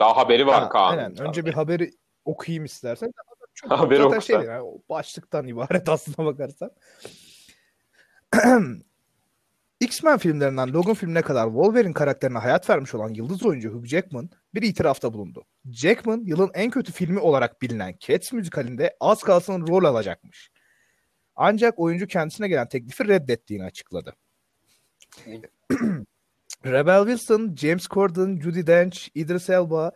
[SPEAKER 1] Daha haberi var
[SPEAKER 4] Ha,
[SPEAKER 1] Kaan.
[SPEAKER 4] aynen. Önce bir haberi okuyayım istersen. Çok
[SPEAKER 1] Haberi
[SPEAKER 4] zaten
[SPEAKER 1] oku
[SPEAKER 4] şey
[SPEAKER 1] sen.
[SPEAKER 4] yani, o başlıktan ibaret aslına bakarsan. X-Men filmlerinden Logan filmine kadar Wolverine karakterine hayat vermiş olan yıldız oyuncu Hugh Jackman bir itirafta bulundu. Jackman yılın en kötü filmi olarak bilinen Cats müzikalinde az kalsın rol alacakmış. Ancak oyuncu kendisine gelen teklifi reddettiğini açıkladı. Rebel Wilson, James Corden, Judi Dench, Idris Elba,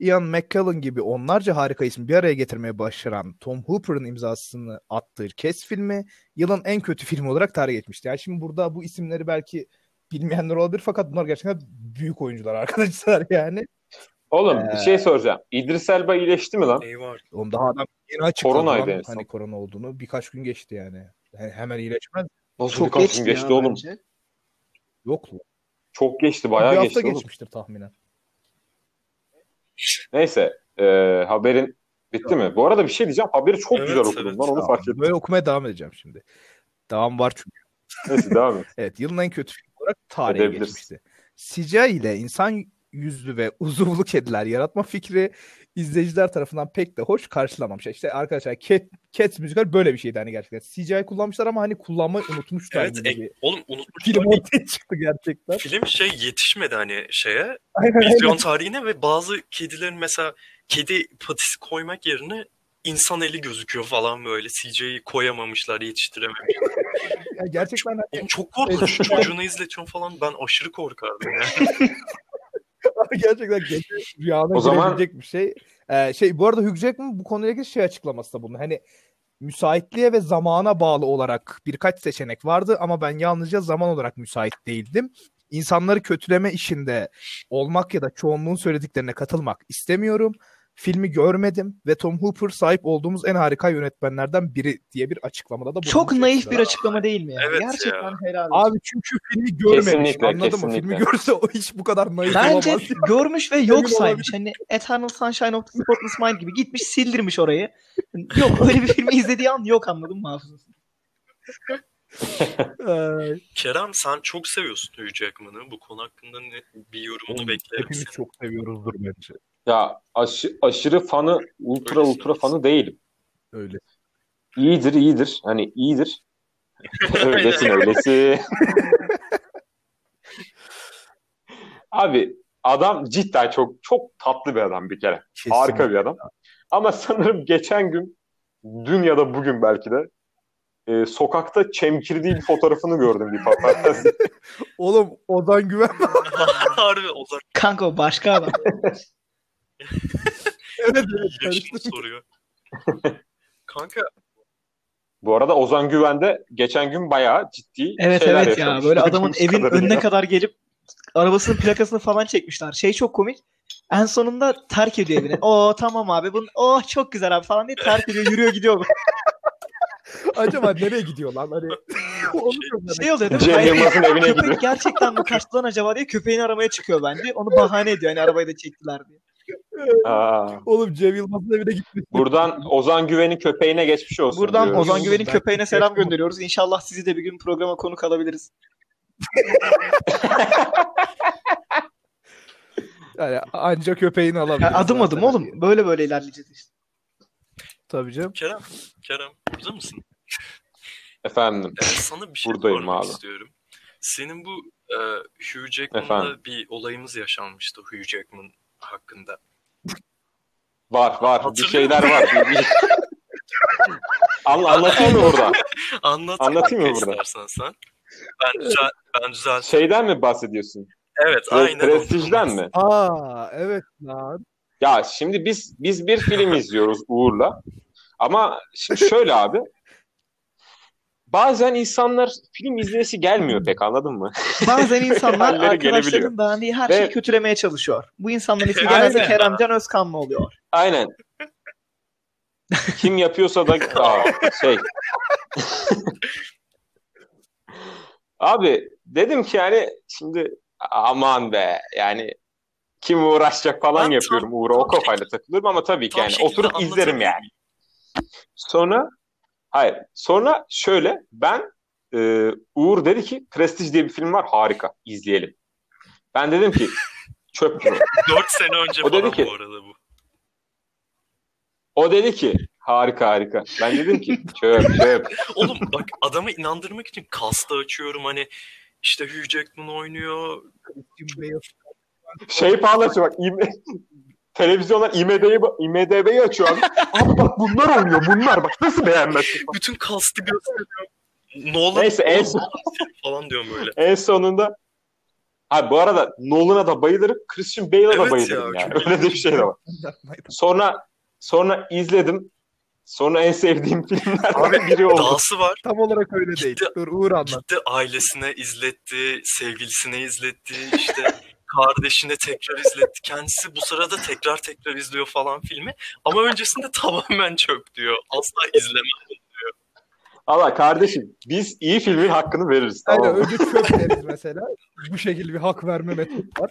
[SPEAKER 4] Ian McKellen gibi onlarca harika isim bir araya getirmeye başaran Tom Hooper'ın imzasını attığı Kes filmi yılın en kötü filmi olarak tarih etmişti. Yani şimdi burada bu isimleri belki bilmeyenler olabilir fakat bunlar gerçekten büyük oyuncular arkadaşlar yani.
[SPEAKER 1] Oğlum bir
[SPEAKER 4] Ee.
[SPEAKER 1] şey soracağım. İdris Elba iyileşti mi lan?
[SPEAKER 3] Neyi var?
[SPEAKER 4] Oğlum daha adam yeni açıkladı
[SPEAKER 1] Koronaydı
[SPEAKER 4] lan
[SPEAKER 1] en son.
[SPEAKER 4] hani korona olduğunu. Birkaç gün geçti yani. yani hemen iyileşmez.
[SPEAKER 1] Nasıl
[SPEAKER 2] Çok
[SPEAKER 1] birkaç gün
[SPEAKER 2] geçti,
[SPEAKER 1] geçti
[SPEAKER 2] ya
[SPEAKER 1] oğlum?
[SPEAKER 2] bence.
[SPEAKER 4] Yok lan.
[SPEAKER 1] Çok geçti
[SPEAKER 4] bir
[SPEAKER 1] bayağı
[SPEAKER 4] hafta
[SPEAKER 1] geçti oğlum.
[SPEAKER 4] geçmiştir tahminen.
[SPEAKER 1] Neyse e, haberin bitti mi? Bu arada bir şey diyeceğim. Haberi çok
[SPEAKER 3] Evet,
[SPEAKER 1] güzel okudum
[SPEAKER 3] evet.
[SPEAKER 1] lan onu
[SPEAKER 4] Tamam,
[SPEAKER 1] fark ettim.
[SPEAKER 4] Böyle okumaya devam edeceğim şimdi. Devam var çünkü.
[SPEAKER 1] Neyse devam et.
[SPEAKER 4] Evet yılın en kötü filmi olarak tarihe
[SPEAKER 1] Edebiliriz.
[SPEAKER 4] geçmişti. CGI ile insan yüzlü ve uzuvlu kediler yaratma fikri izleyiciler tarafından pek de hoş karşılanmamış. İşte arkadaşlar Cat, Cats müzikal böyle bir şeydi hani gerçekten. CGI kullanmışlar ama hani kullanmayı unutmuşlar
[SPEAKER 3] Evet
[SPEAKER 4] gibi.
[SPEAKER 3] e,
[SPEAKER 4] bir
[SPEAKER 3] oğlum
[SPEAKER 4] Film
[SPEAKER 3] unutmuşlar.
[SPEAKER 4] ortaya çıktı gerçekten.
[SPEAKER 3] Film şey yetişmedi hani şeye
[SPEAKER 4] Aynen öyle.
[SPEAKER 3] vizyon tarihine ve bazı kedilerin mesela kedi patisi koymak yerine insan eli gözüküyor falan böyle. CJ'yi koyamamışlar yetiştirememiş.
[SPEAKER 4] Ya gerçekten hani
[SPEAKER 3] Oğlum çok korkunç çocuğuna izletiyorum falan ben aşırı korkardım yani.
[SPEAKER 4] gerçekten gece rüyana
[SPEAKER 1] O zaman-
[SPEAKER 4] girebilecek bir şey. Ee, şey bu arada Hugh Jackman bu konuyla ilgili şey açıklaması da bunu. Hani müsaitliğe ve zamana bağlı olarak birkaç seçenek vardı ama ben yalnızca zaman olarak müsait değildim. İnsanları kötüleme işinde olmak ya da çoğunluğun söylediklerine katılmak istemiyorum. Filmi görmedim ve Tom Hooper sahip olduğumuz en harika yönetmenlerden biri diye bir açıklamada da bulunmuş.
[SPEAKER 2] Çok naif bir
[SPEAKER 4] Ekstra.
[SPEAKER 2] açıklama değil mi? ya?
[SPEAKER 3] Evet ya.
[SPEAKER 2] Gerçekten helal olsun.
[SPEAKER 4] Abi çünkü filmi görmemiş
[SPEAKER 1] Kesinlikle,
[SPEAKER 4] anladın mı?
[SPEAKER 1] kesinlikle.
[SPEAKER 4] Filmi görse o hiç bu kadar naif
[SPEAKER 2] Bence
[SPEAKER 4] olamaz.
[SPEAKER 2] görmüş ve
[SPEAKER 4] Emin
[SPEAKER 2] yok saymış. Hani Eternal Sunshine of the Spotless Mind gibi gitmiş sildirmiş orayı. Yok öyle bir filmi izlediği an yok anladın mı hafızası?
[SPEAKER 4] Ay,
[SPEAKER 3] Kerem sen çok seviyorsun Hugh Jackman'ı. Bu konu hakkında ne- bir yorumunu beklerim.
[SPEAKER 4] Hepimiz
[SPEAKER 3] senin.
[SPEAKER 4] çok seviyoruzdur bence.
[SPEAKER 1] Ya aşı- aşırı fanı, ultra
[SPEAKER 3] Öylesin,
[SPEAKER 1] ultra
[SPEAKER 3] öylesin.
[SPEAKER 1] fanı değilim.
[SPEAKER 4] Öyle.
[SPEAKER 1] İyidir, iyidir. Hani iyidir. Öylesin, öylesin. Abi adam cidden çok çok tatlı bir adam bir kere. Harika bir adam. Ama sanırım geçen gün dün ya da bugün belki de e, sokakta çemkirdiği bir fotoğrafını gördüm bir paparazzi.
[SPEAKER 4] Oğlum Ozan Güven.
[SPEAKER 3] Harbi o zaman
[SPEAKER 2] Kanka o başka adam.
[SPEAKER 4] evet evet.
[SPEAKER 3] yaşını
[SPEAKER 4] karıştırdım.
[SPEAKER 3] soruyor. Kanka
[SPEAKER 1] Bu arada Ozan Güven de geçen gün bayağı ciddi
[SPEAKER 2] Evet
[SPEAKER 1] şeyler
[SPEAKER 2] evet ya
[SPEAKER 1] yaşamış.
[SPEAKER 2] böyle adamın
[SPEAKER 1] Duyduğumuz
[SPEAKER 2] evin
[SPEAKER 1] kadarıyla.
[SPEAKER 2] önüne kadar gelip arabasının plakasını falan çekmişler. Şey çok komik. En sonunda terk ediyor evini. Oo tamam abi. Bunun oh çok güzel abi falan diye terk ediyor, yürüyor gidiyor.
[SPEAKER 4] Acaba nereye gidiyor lan? Hani onu çok merak
[SPEAKER 2] Şey oluyor değil mi?
[SPEAKER 1] Cem
[SPEAKER 2] Hayır,
[SPEAKER 1] Yılmaz'ın evine
[SPEAKER 2] köpek
[SPEAKER 1] gidiyor.
[SPEAKER 2] gerçekten mi kaçtı lan acaba diye köpeğini aramaya çıkıyor bence. Onu bahane ediyor hani arabayı da çektiler diye.
[SPEAKER 4] ediyorum.
[SPEAKER 1] Aa,
[SPEAKER 4] Oğlum Cem Yılmaz'ın evine gitmiş.
[SPEAKER 1] buradan Ozan Güven'in köpeğine geçmiş olsun
[SPEAKER 2] Buradan
[SPEAKER 1] diyoruz.
[SPEAKER 2] Ozan Güven'in
[SPEAKER 4] Ben-
[SPEAKER 2] köpeğine selam gönderiyoruz. İnşallah sizi de bir gün programa konuk alabiliriz.
[SPEAKER 4] Yani anca köpeğini alabilir.
[SPEAKER 2] Yani adım adım oğlum. Böyle böyle ilerleyeceğiz işte.
[SPEAKER 4] Tabii canım.
[SPEAKER 3] Kerem, Kerem burada mısın?
[SPEAKER 1] Efendim.
[SPEAKER 3] Ee, sana bir şey
[SPEAKER 1] Buradayım
[SPEAKER 3] sormak
[SPEAKER 1] abi.
[SPEAKER 3] istiyorum. Senin bu e, Hugh Jackman'la
[SPEAKER 1] Efendim?
[SPEAKER 3] bir olayımız yaşanmıştı Hugh Jackman hakkında.
[SPEAKER 1] Var var. Bir
[SPEAKER 3] Hatırlıyor
[SPEAKER 1] şeyler var. Bir- An- anlatayım mı burada?
[SPEAKER 3] Anlat
[SPEAKER 1] Anlatayım mı
[SPEAKER 3] kanka
[SPEAKER 1] burada?
[SPEAKER 3] istersen sen. Ben, düzel, ben düzel.
[SPEAKER 1] Şeyden mi bahsediyorsun?
[SPEAKER 3] Evet aynen.
[SPEAKER 1] Prestijden
[SPEAKER 3] o.
[SPEAKER 1] mi?
[SPEAKER 4] Aa evet lan.
[SPEAKER 1] Ya şimdi biz biz bir film izliyoruz Uğur'la. Ama şimdi şöyle abi. Bazen insanlar film izleyesi gelmiyor pek anladın mı?
[SPEAKER 2] Bazen insanlar
[SPEAKER 1] Halleri gelebiliyor.
[SPEAKER 2] arkadaşların beğendiği her şeyi
[SPEAKER 1] Ve-
[SPEAKER 2] kötülemeye çalışıyor. Bu insanların ismi
[SPEAKER 3] Aynen.
[SPEAKER 2] genelde Keremcan Özkanlı oluyor.
[SPEAKER 1] Aynen. Kim yapıyorsa da Aa, şey. Abi dedim ki yani şimdi aman be yani kim uğraşacak falan
[SPEAKER 3] Ben tam-
[SPEAKER 1] yapıyorum Uğur'a o
[SPEAKER 3] tam şekilde-
[SPEAKER 1] kafayla takılırım ama tabii ki
[SPEAKER 3] Tam
[SPEAKER 1] yani
[SPEAKER 3] şekilde
[SPEAKER 1] oturup
[SPEAKER 3] anlatabilir
[SPEAKER 1] izlerim yani.
[SPEAKER 3] miyim?
[SPEAKER 1] Sonra hayır. Sonra şöyle ben e, Uğur dedi ki Prestige diye bir film var harika izleyelim. Ben dedim ki çöp gibi.
[SPEAKER 3] Dört sene önce
[SPEAKER 1] O dedi
[SPEAKER 3] falan
[SPEAKER 1] ki-
[SPEAKER 3] bu arada bu.
[SPEAKER 1] O dedi ki harika harika. Ben dedim ki çöp çöp.
[SPEAKER 3] Oğlum bak adamı inandırmak için kasta açıyorum hani işte Hugh Jackman oynuyor.
[SPEAKER 4] Jim Bale.
[SPEAKER 1] Şey paylaşıyor bak im- televizyonlar IMDb'yi IMDb'yi açıyor abi. Abi bak bunlar oynuyor bunlar bak nasıl beğenmezsin.
[SPEAKER 3] Bütün kastı gösteriyor. Nolan
[SPEAKER 1] Neyse en, son-
[SPEAKER 3] falan diyorum böyle.
[SPEAKER 1] en sonunda Abi bu arada Nolan'a da bayılırım, Christian Bale'a
[SPEAKER 3] Evet
[SPEAKER 1] da
[SPEAKER 3] ya,
[SPEAKER 1] bayılırım yani.
[SPEAKER 3] çok
[SPEAKER 1] Öyle de bir şey de var. Sonra sonra izledim. Sonra en sevdiğim filmlerden biri oldu.
[SPEAKER 3] Dahası var.
[SPEAKER 4] Tam olarak öyle değil.
[SPEAKER 3] Ciddi-
[SPEAKER 4] Dur Uğur anlat.
[SPEAKER 3] Gitti ailesine izletti, sevgilisine izletti, işte kardeşine tekrar izletti. Kendisi bu sırada tekrar tekrar izliyor falan filmi. Ama öncesinde tamamen çöp diyor. Asla izleme.
[SPEAKER 1] Allah kardeşim biz iyi filmin hakkını veririz tamam
[SPEAKER 4] Aynen
[SPEAKER 1] mı?
[SPEAKER 4] önce çöp deriz mesela. Bu şekilde bir hak verme metodu var.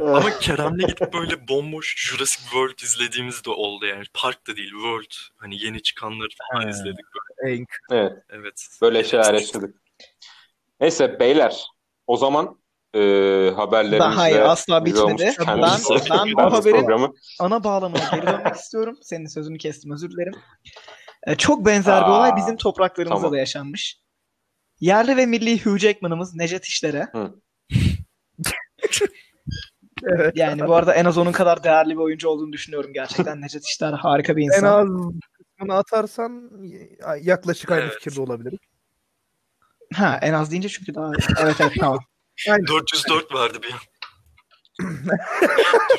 [SPEAKER 3] Ama Kerem'le gidip böyle bomboş Jurassic World izlediğimiz de oldu yani. Park da değil, World. Hani yeni çıkanları falan
[SPEAKER 4] He.
[SPEAKER 3] izledik böyle.
[SPEAKER 4] Enk.
[SPEAKER 1] Evet
[SPEAKER 3] Evet.
[SPEAKER 1] böyle şeyler yaşadık. Neyse beyler o zaman e, haberlerimizle
[SPEAKER 2] Ben hayır asla
[SPEAKER 1] biz
[SPEAKER 2] bitmedi.
[SPEAKER 1] olmuşuz.
[SPEAKER 2] Ben,
[SPEAKER 1] Kendisi-
[SPEAKER 2] ben bu
[SPEAKER 1] ben bu
[SPEAKER 2] haberin
[SPEAKER 1] programı
[SPEAKER 2] ana bağlamına geri dönmek istiyorum. Senin sözünü kestim özür dilerim. Ee, çok benzer bir
[SPEAKER 1] Aa,
[SPEAKER 2] olay bizim topraklarımızda
[SPEAKER 1] tamam.
[SPEAKER 2] da yaşanmış. Yerli ve milli Hugh Jackman'ımız Necet İşler'e
[SPEAKER 1] Hı.
[SPEAKER 4] Evet.
[SPEAKER 2] yani bu arada en az onun kadar değerli bir oyuncu olduğunu düşünüyorum gerçekten. Necet İşler harika bir
[SPEAKER 4] En
[SPEAKER 2] insan.
[SPEAKER 4] az bunu atarsan yaklaşık aynı
[SPEAKER 3] Evet.
[SPEAKER 4] fikirde olabiliriz.
[SPEAKER 2] Ha en az deyince çünkü daha evet evet tamam.
[SPEAKER 3] 404 vardı bir an.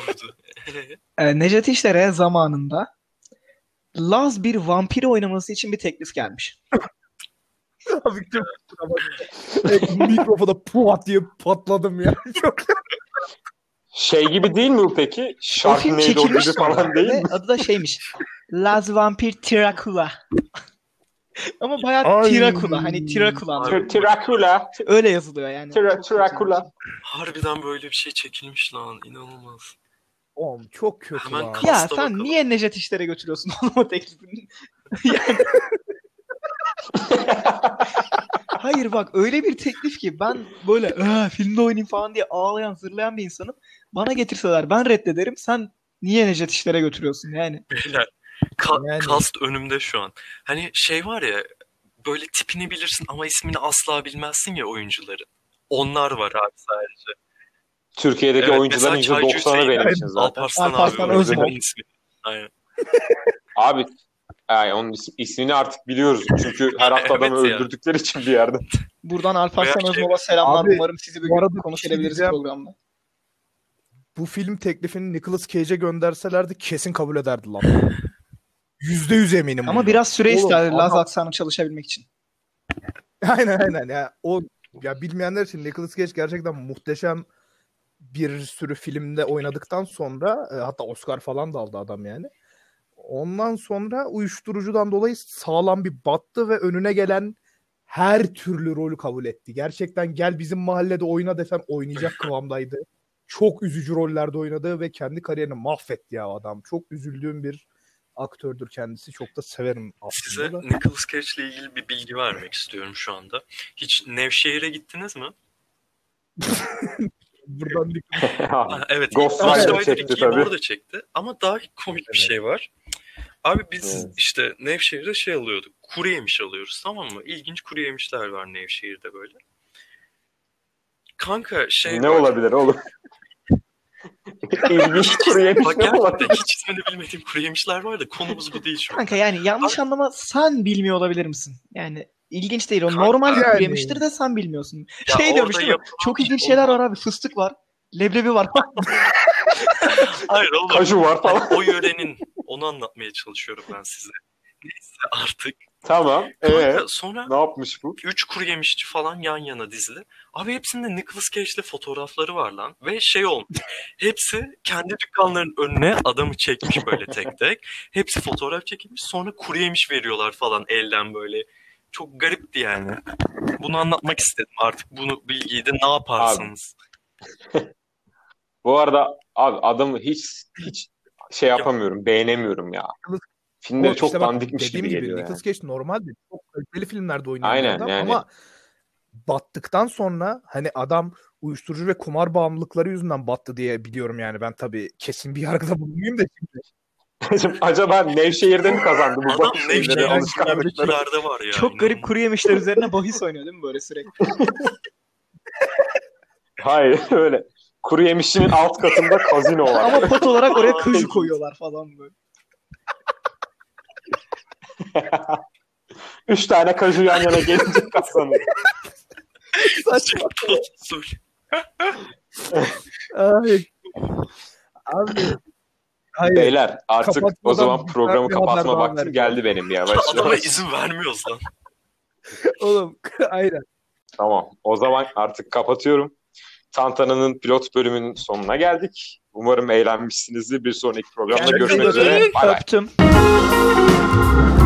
[SPEAKER 3] Durdu.
[SPEAKER 2] Ee, Necdet İşler'e zamanında Laz bir vampiri oynaması için bir teklif gelmiş.
[SPEAKER 4] Abi çok kusura bakma. Evet, Mikrofona puat diye patladım ya. Çok
[SPEAKER 1] şey gibi değil mi bu peki?
[SPEAKER 2] O film
[SPEAKER 1] Sharknado gibi
[SPEAKER 2] çekilmiş
[SPEAKER 1] falan değil mi?
[SPEAKER 2] Ve Adı da şeymiş. Laz Vampir Tirakula. Ama bayağı
[SPEAKER 4] Ay.
[SPEAKER 2] Tirakula. Hani Tirakula.
[SPEAKER 3] Abi.
[SPEAKER 1] Tr- Dracula,
[SPEAKER 2] Öyle yazılıyor yani.
[SPEAKER 1] Tr-
[SPEAKER 2] Çok kötü
[SPEAKER 1] Dracula.
[SPEAKER 2] yazılmış.
[SPEAKER 3] Harbiden böyle bir şey çekilmiş lan. inanılmaz.
[SPEAKER 4] Oğlum çok kötü
[SPEAKER 3] Hemen
[SPEAKER 4] lan.
[SPEAKER 3] kal-
[SPEAKER 2] Ya
[SPEAKER 3] Hasta
[SPEAKER 2] sen
[SPEAKER 3] bakalım.
[SPEAKER 2] niye Necdet İşler'e götürüyorsun oğlum o teklifini? yani... Hayır bak öyle bir teklif ki ben böyle "Ee, filmde oynayayım falan diye ağlayan zırlayan bir insanım. Bana getirseler ben reddederim. Sen niye Necdet işlere götürüyorsun yani?
[SPEAKER 3] Beyler, ka-
[SPEAKER 4] Yani-
[SPEAKER 3] kast önümde şu an. Hani şey var ya böyle tipini bilirsin ama ismini asla bilmezsin ya oyuncuların. Onlar var abi sadece.
[SPEAKER 1] Türkiye'deki
[SPEAKER 3] Evet,
[SPEAKER 1] oyuncuların
[SPEAKER 3] mesela Çaycı
[SPEAKER 1] %90'ı benim
[SPEAKER 3] Hüseyin-
[SPEAKER 1] için zaten.
[SPEAKER 3] Alparslan,
[SPEAKER 2] Alparslan
[SPEAKER 3] abi.
[SPEAKER 1] Özmen.
[SPEAKER 3] oyuncuların ismi. Aynen.
[SPEAKER 1] Abi yani onun is- ismini artık biliyoruz. Çünkü her hafta
[SPEAKER 3] Evet
[SPEAKER 1] adamı
[SPEAKER 3] ya.
[SPEAKER 1] öldürdükleri için bir yerde.
[SPEAKER 2] Buradan Alparslan
[SPEAKER 3] Veya şey-
[SPEAKER 2] Özmov'a selamlar.
[SPEAKER 4] Abi,
[SPEAKER 2] Umarım sizi bir
[SPEAKER 4] bu arada
[SPEAKER 2] gün
[SPEAKER 4] bir şey
[SPEAKER 2] konuşabiliriz
[SPEAKER 4] diyeceğim.
[SPEAKER 2] programda.
[SPEAKER 4] Bu film teklifini Nicolas Cage'e gönderselerdi kesin kabul ederdi lan. Yüzde yüz eminim.
[SPEAKER 2] Ama
[SPEAKER 4] bundan.
[SPEAKER 2] biraz süre
[SPEAKER 4] Hmm. Oğlum,
[SPEAKER 2] isterdi Laz
[SPEAKER 4] adam-
[SPEAKER 2] aksanı çalışabilmek için.
[SPEAKER 4] Aynen aynen. Ya, o, ya bilmeyenler için Nicolas Cage gerçekten muhteşem bir sürü filmde oynadıktan sonra e, hatta Oscar falan da aldı adam yani. Ondan sonra uyuşturucudan dolayı sağlam bir battı ve önüne gelen her türlü rolü kabul etti. Gerçekten gel bizim mahallede oyna desem oynayacak kıvamdaydı. Çok üzücü rollerde oynadı ve kendi kariyerini mahvetti ya adam. Çok üzüldüğüm bir aktördür kendisi. Çok da severim
[SPEAKER 3] Size
[SPEAKER 4] aslında. da.
[SPEAKER 3] Nicolas Cage ile ilgili bir bilgi vermek istiyorum şu anda. Hiç Nevşehir'e gittiniz mi?
[SPEAKER 4] Buradan bir
[SPEAKER 3] Ha, evet.
[SPEAKER 1] Ghost
[SPEAKER 3] Ghost
[SPEAKER 1] Rider
[SPEAKER 3] Rider
[SPEAKER 1] çekti
[SPEAKER 3] 2'yi
[SPEAKER 1] tabii.
[SPEAKER 3] orada çekti. Ama daha komik bir şey var. Abi biz
[SPEAKER 1] Evet.
[SPEAKER 3] işte Nevşehir'de şey alıyorduk. Kuru yemiş alıyoruz tamam mı? İlginç kuru yemişler var Nevşehir'de böyle. Kanka şey
[SPEAKER 1] ne
[SPEAKER 3] var.
[SPEAKER 1] olabilir oğlum? İlginç kuru
[SPEAKER 3] Bak
[SPEAKER 1] yemiş ne olabilir?
[SPEAKER 3] gerçekten hiç ismini bilmediğim kuru yemişler var da konumuz bu değil şu an.
[SPEAKER 2] Kanka yani yanlış anlama sen bilmiyor olabilir misin? Yani ilginç değil o.
[SPEAKER 3] Kanka
[SPEAKER 2] Normal bir
[SPEAKER 4] yani.
[SPEAKER 2] yemiştir de sen bilmiyorsun.
[SPEAKER 3] Ya
[SPEAKER 2] şey
[SPEAKER 3] orada
[SPEAKER 2] diyormuş değil mi?
[SPEAKER 3] yapılan-
[SPEAKER 2] Çok ilginç şeyler var abi. Fıstık var. Leblebi var.
[SPEAKER 3] Hayır oğlum.
[SPEAKER 1] Kaju var falan.
[SPEAKER 3] Hani o yörenin onu anlatmaya çalışıyorum ben size. Neyse artık.
[SPEAKER 1] Tamam.
[SPEAKER 3] Kanka,
[SPEAKER 1] Ee,
[SPEAKER 3] sonra
[SPEAKER 1] ne yapmış bu?
[SPEAKER 3] 3 kuru yemişçi falan yan yana dizili. Abi hepsinde Nicolas Cage'li fotoğrafları var lan. Ve şey olmuş. hepsi kendi dükkanlarının önüne adamı çekmiş böyle tek tek. Hepsi fotoğraf çekilmiş. Sonra kuru yemiş veriyorlar falan elden böyle. Çok garipti yani. Bunu anlatmak istedim. Artık bunu bilgiyi de ne yaparsınız?
[SPEAKER 1] Bu arada abi adamı hiç hiç şey yapamıyorum, beğenemiyorum ya. Filmleri
[SPEAKER 4] Oğlum
[SPEAKER 1] çok
[SPEAKER 4] işte bak,
[SPEAKER 1] dandikmiş
[SPEAKER 4] dediğim
[SPEAKER 1] gibi geliyor yani.
[SPEAKER 4] Nicolas Cage normalde çok kaliteli filmlerde oynayan
[SPEAKER 1] Aynen,
[SPEAKER 4] bir adam
[SPEAKER 1] yani.
[SPEAKER 4] ama battıktan sonra hani adam uyuşturucu ve kumar bağımlılıkları yüzünden battı diye biliyorum yani ben tabii kesin bir yargıda bulunmayayım da şimdi.
[SPEAKER 1] Acaba Nevşehir'de mi kazandı bu
[SPEAKER 3] Adam şey
[SPEAKER 1] bakış
[SPEAKER 3] Nevşehir'de
[SPEAKER 1] şeyleri, alışkanlıkları?
[SPEAKER 3] yerde var ya.
[SPEAKER 2] Çok garip kuru yemişler üzerine bahis oynuyor değil mi böyle sürekli?
[SPEAKER 1] Hayır öyle. Kuru yemişçinin alt katında kazino var.
[SPEAKER 2] Ama pot olarak oraya kaju koyuyorlar falan böyle.
[SPEAKER 1] Üç tane kaju yan yana gelince kazanıyor.
[SPEAKER 4] Saçma.
[SPEAKER 3] Çok
[SPEAKER 4] Ay. Abi. Hayır.
[SPEAKER 1] Beyler artık o
[SPEAKER 4] Kapatmadan
[SPEAKER 1] zaman
[SPEAKER 4] bir
[SPEAKER 1] programı
[SPEAKER 4] bir haber
[SPEAKER 1] kapatma
[SPEAKER 4] daha
[SPEAKER 1] vakti
[SPEAKER 4] verdim.
[SPEAKER 1] geldi benim ya.
[SPEAKER 3] Adama
[SPEAKER 1] Başlıyoruz.
[SPEAKER 3] izin vermiyoruz lan.
[SPEAKER 4] Oğlum. Aynen.
[SPEAKER 1] Tamam. O zaman artık kapatıyorum. Tantana'nın pilot bölümünün sonuna geldik. Umarım eğlenmişsinizdir. Bir sonraki programda
[SPEAKER 4] Kendinize
[SPEAKER 1] görüşmek
[SPEAKER 4] iyi bakın.
[SPEAKER 1] üzere. Bay bay.
[SPEAKER 2] Öptüm.